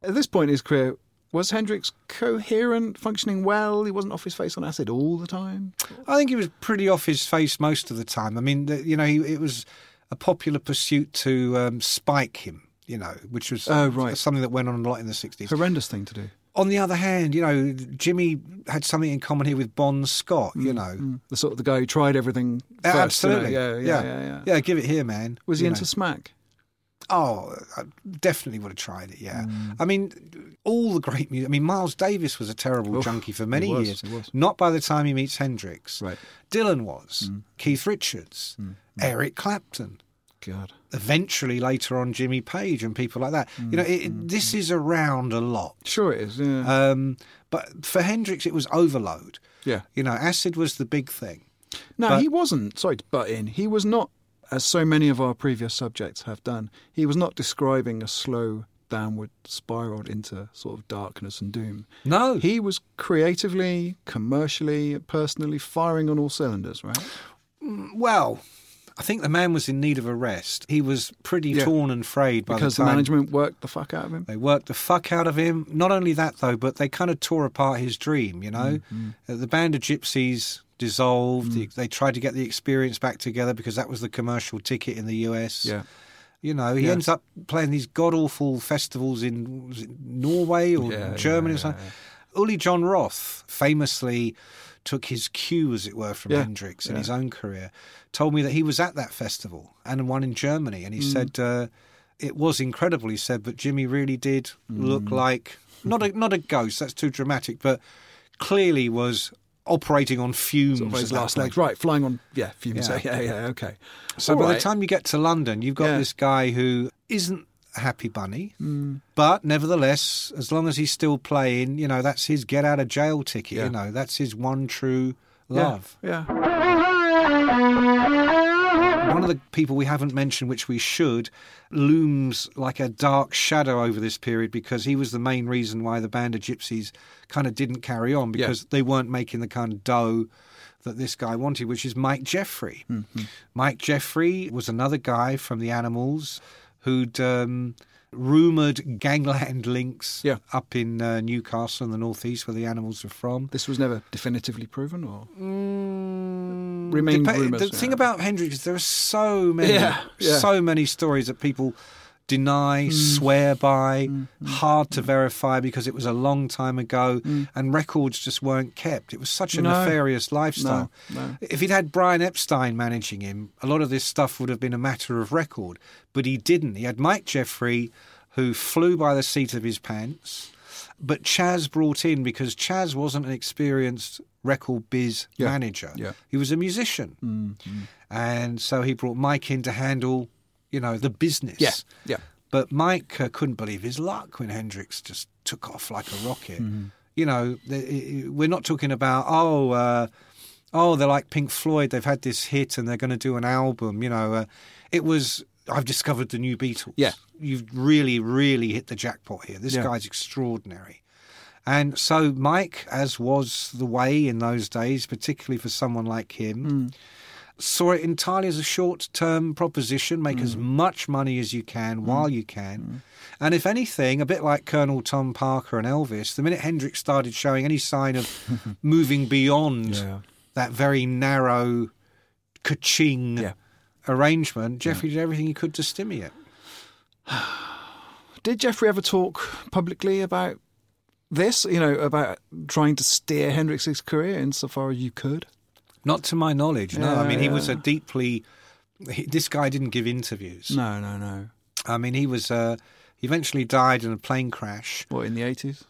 At this point in his career, was Hendrix coherent, functioning well? He wasn't off his face on acid all the time.
I think he was pretty off his face most of the time. I mean, the, you know, he, it was a popular pursuit to um, spike him, you know, which was
Oh, right.
something that went on a lot in the 60s.
Horrendous thing to do.
on the other hand, you know, Jimmy had something in common here with Bon Scott, you know.
The sort of the guy who tried everything. Mm,
Uh,
first, you know?
Absolutely.
Yeah, yeah, yeah, yeah.
give it here, man.
Was he
You
into
know.
smack?
Oh, I definitely would have tried it. Yeah,
Mm.
I mean, all the great music. I mean, Miles Davis was a terrible
Oof,
junkie for many
he was,
years.
he was.
Not by the time he meets Hendrix,
Right. Mm.
Dylan was. Keith Richards, Eric Clapton.
God.
Eventually, later on, Jimmy Page and people like that. You know, it,
Mm.
it- this is around a lot.
Sure it is, yeah.
Um, but for Hendrix, it was overload.
yeah.
You know, acid was the big thing.
No,
But-
he wasn't. Sorry to butt in. He was not, as so many of our previous subjects have done, he was not describing a slow downward spiral into sort of darkness and doom.
No,
He was creatively, commercially, personally firing on all cylinders, right?
Well, I think the man was in need of a rest. He was pretty
Yeah.
torn and frayed by
because
the
the,
time.
management worked the fuck out of him.
They worked the fuck out of him. Not only that, though, but they kind of tore apart his dream, you know?
Mm,
Uh, The band of gypsies dissolved. They tried to get the experience back together because that was the commercial ticket in the US.
Yeah.
You know, he
Yeah.
ends up playing these god awful festivals in was it Norway or
Yeah,
Germany
yeah,
or something. Uli John Roth famously took his cue, as it were, from
Yeah,
Hendrix in his own career. Told me that he was at that festival and one in Germany, and he
Mm.
said uh, it was incredible. He said, but Jimmy really did
Mm.
look like not a not a ghost. That's too dramatic, but clearly was operating on fumes.
Sort of his
at that
last
point.
legs, right? Flying on, yeah, fumes.
Yeah.
Yeah, yeah, yeah okay.
So
All
by the
right.
time you get to London, you've got
Yeah. Hmm.
this guy who isn't a happy bunny, but nevertheless, as long as he's still playing, you know, that's his get out of jail ticket.
Yeah.
You know, that's his one true
Yeah,
love.
yeah.
One of the people we haven't mentioned, which we should, looms like a dark shadow over this period because he was the main reason why the band of gypsies kind of didn't carry on because they weren't making the kind of dough that this guy wanted, which is Mike Jeffrey. Mike Jeffrey was another guy from the Animals who'd. Um, Rumoured gangland links
Yeah.
up in uh, Newcastle in the northeast where the animals were from.
This was never definitively proven, or remained
Depe-
rumours.
The thing about Hendrix is there are so many,
Yeah, yeah. Mm.
so many stories that people deny, swear by, hard to verify because it was a long time ago and records just weren't kept. It was such a
Mm. No.
nefarious lifestyle.
no.
If he'd had Brian Epstein managing him, a lot of this stuff would have been a matter of record, but he didn't. He had Mike Jeffrey, who flew by the seat of his pants. But Chaz brought in because Chaz wasn't an experienced record biz
Yeah.
manager.
Yeah. Mm-hmm.
He was a musician. And so he brought Mike in to handle, you know, the business.
yeah, yeah,
But Mike uh, couldn't believe his luck when Hendrix just took off like a rocket.
Mm-hmm.
You know, the- i- i- we're not talking about, oh, uh, oh, they're like Pink Floyd, they've had this hit and they're going to do an album. You know, uh, it was, I've discovered the new Beatles.
Yeah.
You've really, really hit the jackpot here. This
Yeah.
guy's extraordinary. And so Mike, as was the way in those days, particularly for someone like
Mm.
him, saw it entirely as a short term proposition make
Mm.
as much money as you can while you can. And if anything, a bit like Colonel Tom Parker and Elvis, the minute Hendrix started showing any sign of moving beyond
Yeah.
that very narrow ka-ching
yeah.
arrangement, Jeffrey did everything he could to stimmy it.
Did Jeffrey ever talk publicly about this? You know, about trying to steer Hendrix's career insofar as you could.
Not to my knowledge, no. I
Yeah,
mean, he was
yeah.
a deeply. He, this guy didn't give interviews.
No, no, no.
I mean, he was. Uh, he eventually died in a plane crash.
What in the eighties?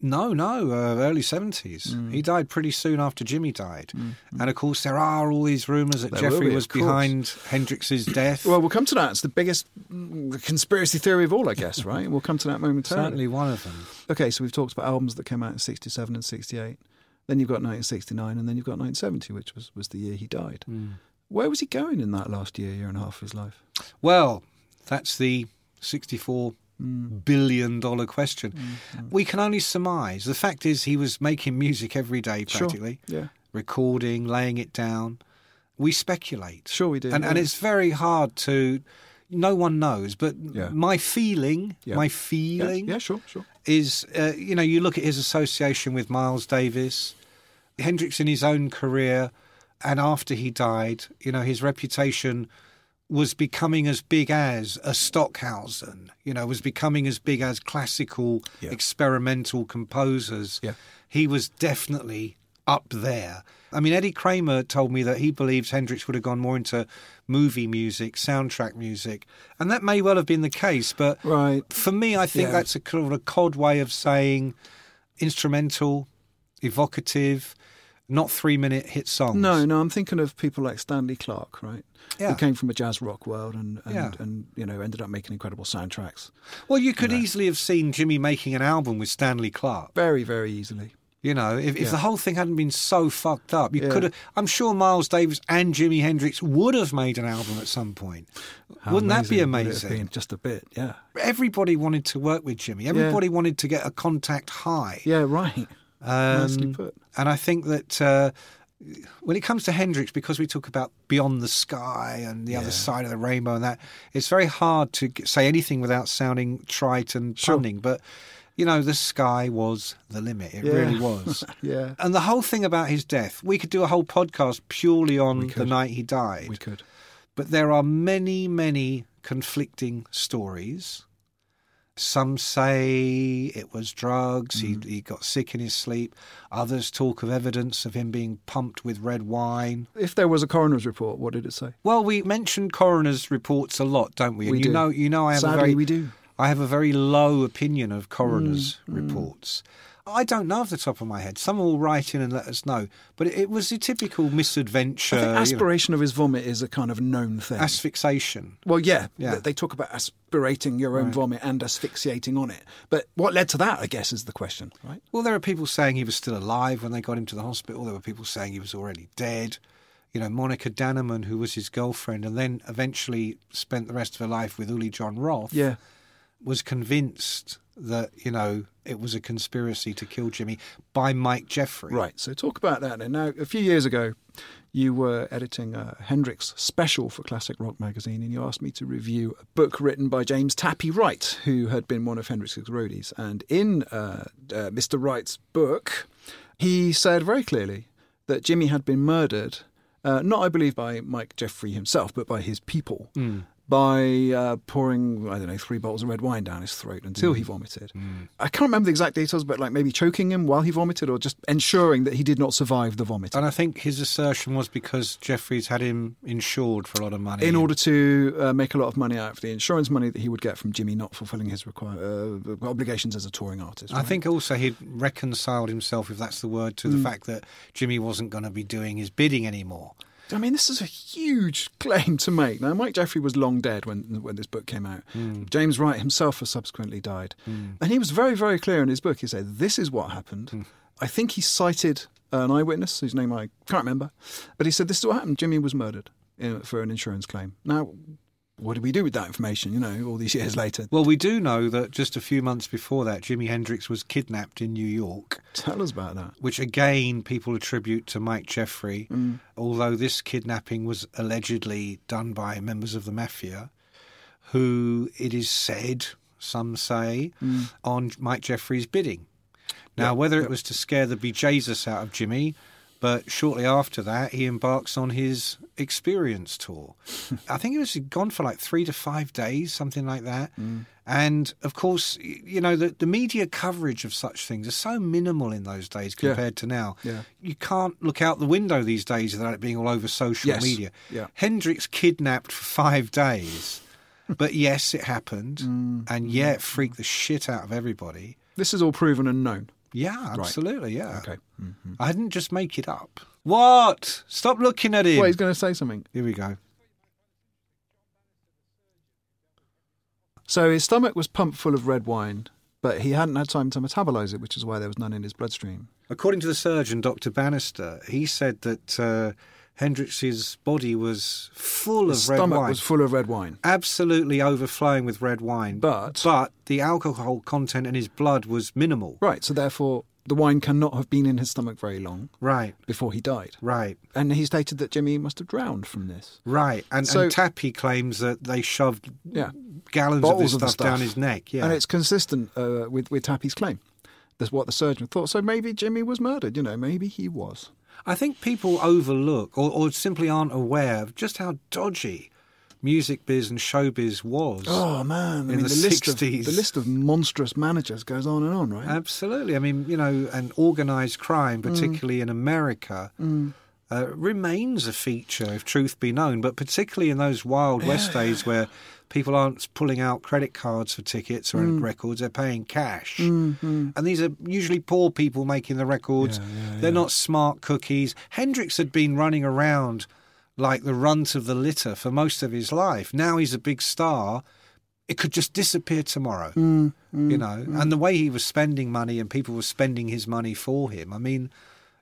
No, no, uh, early 70s.
Mm.
He died pretty soon after Jimmy died. And of course, there are all these rumours that
There Mm. will
Jeffrey
be,
was
of course.
behind Hendrix's death.
Well, we'll come to that. It's the biggest mm, conspiracy theory of all, I guess. Right? We'll come to that momentarily.
certainly one of them.
Okay, so we've talked about albums that came out in '67 and '68. Then you've got 1969, and then you've got 1970, which was, was the year he died. Where was he going in that last year, year and a half of his life?
Well, that's the sixty-four
Mm.
billion dollar question. We can only surmise. The fact is, he was making music every day practically,
Sure. Yeah.
recording, laying it down. We speculate.
Sure we do,
And, and
yeah.
it's very hard to. No one knows, but
Yeah.
my feeling,
Yeah.
my
Yeah,
feeling
Yeah, sure, sure.
is, uh, you know, you look at his association with Miles Davis, Hendrix in his own career, and after he died, you know, his reputation was becoming as big as a Stockhausen, you know, was becoming as big as classical experimental composers.
Yeah.
He was definitely up there. I mean, Eddie Kramer told me that he believes Hendrix would have gone more into movie music, soundtrack music, and that may well have been the case. But
Right.
for me, I think
Yeah.
that's a kind of a cod way of saying instrumental, evocative, not three minute hit songs.
No, no, I'm thinking of people like Stanley Clarke, right?
Yeah.
Who came from a jazz rock world and and,
Yeah.
and you know ended up making incredible soundtracks.
Well, you could easily have seen Jimmy making an album with Stanley Clarke.
Very, very easily.
You know, if, if
Yeah.
the whole thing hadn't been so fucked up, you
Yeah.
could have. I'm sure Miles Davis and Jimi Hendrix would have made an album at some point.
How
Wouldn't that
would
be
it have
amazing?
been? Just a bit, yeah.
Everybody wanted to work with Jimmy. Everybody wanted to get a contact high.
Yeah, right. Nicely
Um,
put.
And I think that uh, when it comes to Hendrix, because we talk about beyond the sky and the other side of the rainbow and that, it's very hard to g- say anything without sounding trite and punning. But, you know, the sky was the limit. It
Yeah.
really was.
Yeah.
And the whole thing about his death, we could do a whole podcast purely on the night he died.
We could.
But there are many, many conflicting stories. Some say it was drugs,
Mm.
he, he got sick in his sleep. Others talk of evidence of him being pumped with red wine.
If there was a coroner's report, what did it say?
Well, we mention coroner's reports a lot, don't we? And
We
you
do.
know you know I have
Sadly,
a very
we do. Mm,
I have a very low opinion of coroner's reports. I don't know off the top of my head. Someone will write in and let us know. But it, it was a typical misadventure.
I think
uh, you know,
aspiration of his vomit is a kind of known thing.
asphyxiation.
well, yeah,
Yeah.
th- They talk about aspirating your own vomit and asphyxiating on it. But what led to that, I guess, is the question, right?
Well, there are people saying he was still alive when they got him to the hospital. There were people saying he was already dead. You know, Monica Danneman, who was his girlfriend and then eventually spent the rest of her life with Uli John Roth,
Yeah.
was convinced that, you know, it was a conspiracy to kill Jimmy by Mike Jeffrey.
Right. So talk about that. then. now, a few years ago, you were editing a Hendrix special for Classic Rock magazine, and you asked me to review a book written by James Tappy Wright, who had been one of Hendrix's roadies. And in uh, uh, Mr. Wright's book, he said very clearly that Jimmy had been murdered, uh, not, I believe, by Mike Jeffrey himself, but by his people.
Hmm.
By uh, pouring, I don't know, three bottles of red wine down his throat until
Hmm.
he vomited. I can't remember the exact details, but like maybe choking him while he vomited or just ensuring that he did not survive the vomiting.
And I think his assertion was because Jeffries had him insured for a lot of money.
in order to uh, make a lot of money out of the insurance money that he would get from Jimmy not fulfilling his require, uh, obligations as a touring artist.
I
right?
think also he'd reconciled himself, if that's the word, to the
Mm.
fact that Jimmy wasn't going to be doing his bidding anymore.
I mean, this is a huge claim to make. Now, Mike Jeffrey was long dead when when this book came out. James Wright himself has subsequently died, and he was very, very clear in his book. He said, "This is what happened." I think he cited an eyewitness whose name I can't remember, but he said, "This is what happened. Jimmy was murdered uh, for an insurance claim." Now, what do we do with that information? You know, all these years later.
Well, we do know that just a few months before that, Jimi Hendrix was kidnapped in New York,
Tell us about that.
which again people attribute to Mike Jeffrey, although this kidnapping was allegedly done by members of the mafia, who it is said, some say,
Mm.
on Mike Jeffrey's bidding. Now, whether it was to scare the bejesus out of Jimmy, but shortly after that, he embarks on his experience tour. I think he was gone for like three to five days, something like that.
Mm.
And of course, y- you know, the, the media coverage of such things is so minimal in those days compared to now.
Yeah.
You can't look out the window these days without it being all over social
Yes.
media.
Yeah.
Hendrix kidnapped for five days. But yes, it happened,
Mm,
and yeah, it freaked the shit out of everybody.
This is all proven and known.
Yeah, absolutely. Yeah.
Okay.
I didn't just make it up. What? Stop looking at him.
Well, he's going to say something.
Here we go.
So his stomach was pumped full of red wine, but he hadn't had time to metabolize it, which is why there was none in his bloodstream.
According to the surgeon, Dr. Bannister, he said that uh, Hendrix's body was full
His
of red
stomach
wine.
was full of red wine.
absolutely overflowing with red wine.
But-
but the alcohol content in his blood was minimal.
Right, so therefore the wine cannot have been in his stomach very long
Right.
before he died.
Right.
And he stated that Jimmy must have drowned from this.
Right. And,
So-
and Tappy claims that they shoved
Yeah.
gallons of this
Bottles of
stuff,
the
down
stuff.
his neck. Yeah.
And it's consistent uh, with, with Tappy's claim. That's what the surgeon thought. So maybe Jimmy was murdered, you know, maybe he was.
I think people overlook or, or simply aren't aware of just how dodgy music biz and showbiz was.
Oh man! I
in
mean,
the,
the, list of,
60s.
the list of monstrous managers goes on and on, right?
Um, Absolutely. I mean, you know, and organised crime, particularly in America, uh, remains a feature, if truth be known, but particularly in those wild west days where people aren't pulling out credit cards for tickets or records, they're paying cash. And these are usually poor people making the records. they're not smart cookies. Hendrix had been running around like the runt of the litter for most of his life. Now he's a big star it could just disappear tomorrow, you know. And the way he was spending money and people were spending his money for him. I mean,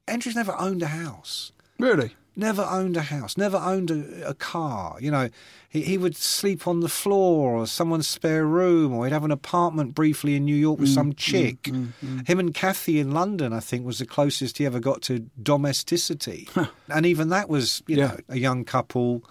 Andrew's never owned a house,
really?
never owned a house, never owned a, a car. You know, he, he would sleep on the floor or someone's spare room, or he'd have an apartment briefly in New York with some chick. Him and Kathy in London, I think, was the closest he ever got to domesticity. and even that was, you
Yeah.
know, a young couple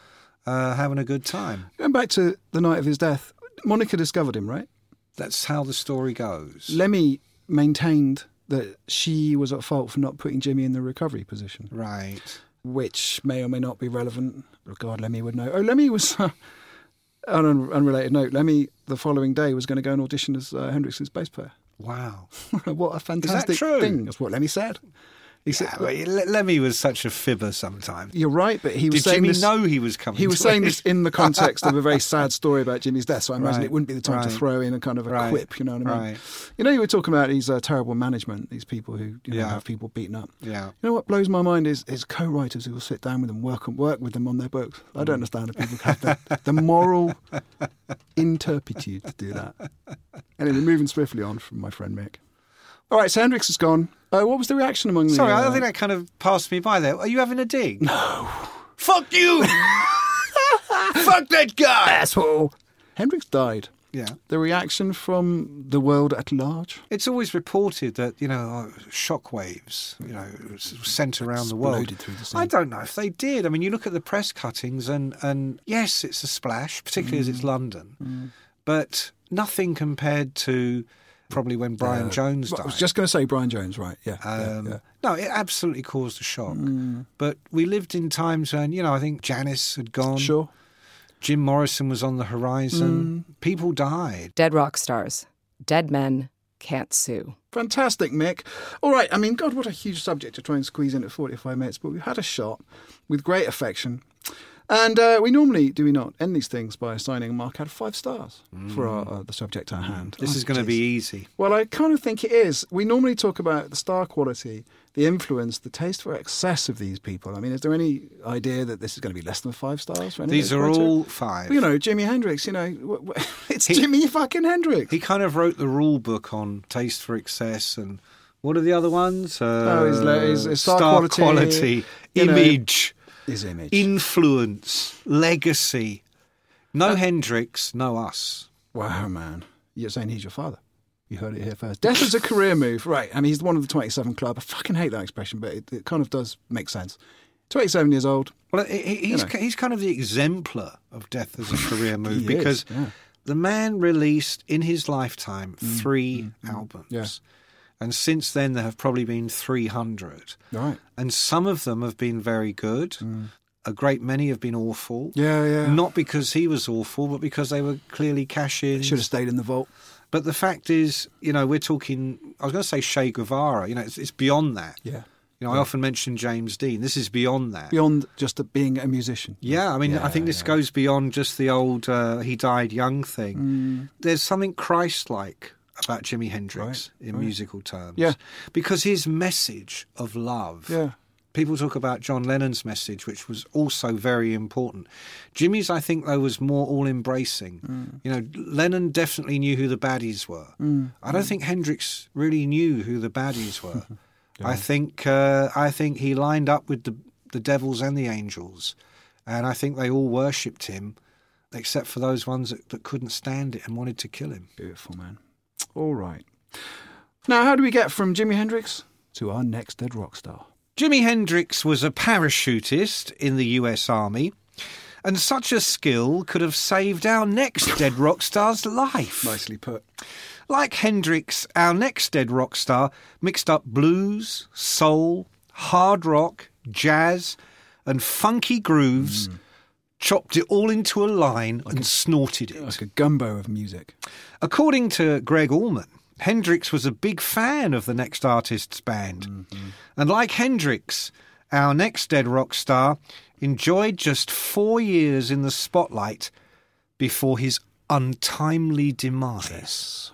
uh, having a good time.
Going back to the night of his death, Monica discovered him, right?
That's how the story goes.
Lemmy maintained that she was at fault for not putting Jimmy in the recovery position,
Right.
which may or may not be relevant. Oh, God, Lemmy would know. Oh, Lemmy was. on an unrelated note, Lemmy the following day was going to go and audition as uh, Hendrix's bass player.
Wow.
what a fantastic
true?
thing! That's what Lemmy said. He said,
Yeah, but Le- Lemmy was such a fibber sometimes.
"You're right,wn, but he was
Did
saying
Jimmy
this,
know he was coming?
He was
to
saying
it?
this in the context of a very sad story about Jimmy's death, so I imagine
Right,
it wouldn't be the time to
right,
throw in a kind of a
right,
quip, you know what I mean?
right.
You know, you were talking about these uh, terrible management, these people who you know,
Yeah.
have people beaten up.
Yeah.
You know what blows my mind is, is co-writers who will sit down with them, work and work with them on their books. I
Mm.
don't understand how people have the, the moral interpitude to do that. Anyway, moving swiftly on from my friend Mick. All right, so Hendrix is gone. Uh, what was the reaction among the?
Sorry, I
uh,
think that kind of passed me by there. Are you having a dig? No. Fuck you! Fuck that guy!
asshole. Hendrix died.
Yeah.
The reaction from the world at large.
It's always reported that you know uh, shockwaves, you know, s- sent around the world.
Exploded through the scene.
I don't know if they did. I mean, you look at the press cuttings, and and yes, it's a splash, particularly
Mm.
as it's London, but nothing compared to probably when Brian Jones died.
I Uh, was just going to say Brian Jones, right? Yeah. yeah,
Um,
yeah. Mm.
No, it absolutely caused a shock. But we lived in times when, you know, I think Janice had gone.
Sure.
Jim Morrison was on the
Hmm.
horizon. People died.
Dead rock stars. Dead men can't sue.
Fantastic, Mick. All right. I mean, God, what a huge subject to try and squeeze into 45 minutes, but we've had a shot with great affection. And uh, we normally, do we not, end these things by assigning a mark out of five stars for our, uh, the subject at hand.
This
Oh,
is going to
jeez.
be easy.
Well, I kind of think it is. We normally talk about the star quality, the influence, the taste for excess of these people. I mean, is there any idea that this is going to be less than five stars? For any of
These
those
are
criteria?
all five.
You know, Jimi Hendrix, you know, wh- wh- it's
He-
Jimi fucking Hendrix.
he kind of wrote the rule book on taste for excess and what are the other ones? Uh,
Oh, his le- his- his star quality,
quality,
you know,
image,
His image.
influence, legacy. No
Uh,
Hendrix, no us.
wow, man. You're saying he's your father. You heard it here first. Death is a career move. Right. I mean, he's one of the 27 club. I fucking hate that expression, but it, it kind of does make sense. 27 years old.
Well, he- he- he's
know.
he's kind of the exemplar of death as a career move
He is,
because
yeah. Mm,
the man released in his lifetime three albums,
yeah.
and since then there have probably been three hundred,
Right.
and some of them have been very good. A great many have been awful.
Mm. Yeah, yeah.
Not because he was awful, but because they were clearly cash in.
Should have stayed in the vault.
But the fact is, you know, we're talking. I was going to say Che Guevara. You know, it's, it's beyond that.
Yeah.
You know, I often mention James Dean. This is beyond that.
Beyond just being a musician.
Yeah, I mean, I think this goes beyond just the old uh, "he died young" thing. There's something Christ-like about Jimi Hendrix in musical terms,
Yeah.
because his message of love.
Yeah.
People talk about John Lennon's message, which was also very important. Jimmy's, I think, though, was more all-embracing. You know, Lennon definitely knew who the baddies were. I don't think Hendrix really knew who the baddies were. I think uh, I think he lined up with the the devils and the angels and I think they all worshipped him, except for those ones that, that couldn't stand it and wanted to kill him.
Beautiful, man. All right. Now, how do we get from Jimi Hendrix to our next dead rock star?
Jimi Hendrix was a parachutist in the US Army, and such a skill could have saved our next dead rock star's life.
Nicely put.
Like Hendrix, our next dead rock star mixed up blues, soul, hard rock, jazz, and funky grooves chopped it all into a line and snorted it.
Like a gumbo of music.
According to Greg Allman, Hendrix was a big fan of the next artist's band. And like Hendrix, our next dead rock star enjoyed just four years in the spotlight before his untimely demise.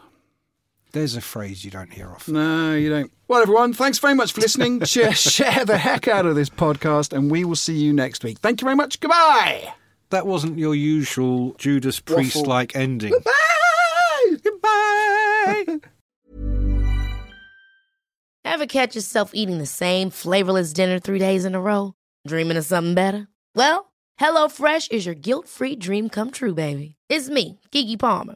There's a phrase you don't hear often.
No, you don't. Well, everyone, thanks very much for listening. share, share the heck out of this podcast, and we will see you next week. Thank you very much. Goodbye.
That wasn't your usual Judas Priest like ending.
Bye. Goodbye.
Ever catch yourself eating the same flavorless dinner three days in a row? Dreaming of something better? Well, HelloFresh is your guilt free dream come true, baby. It's me, Gigi Palmer.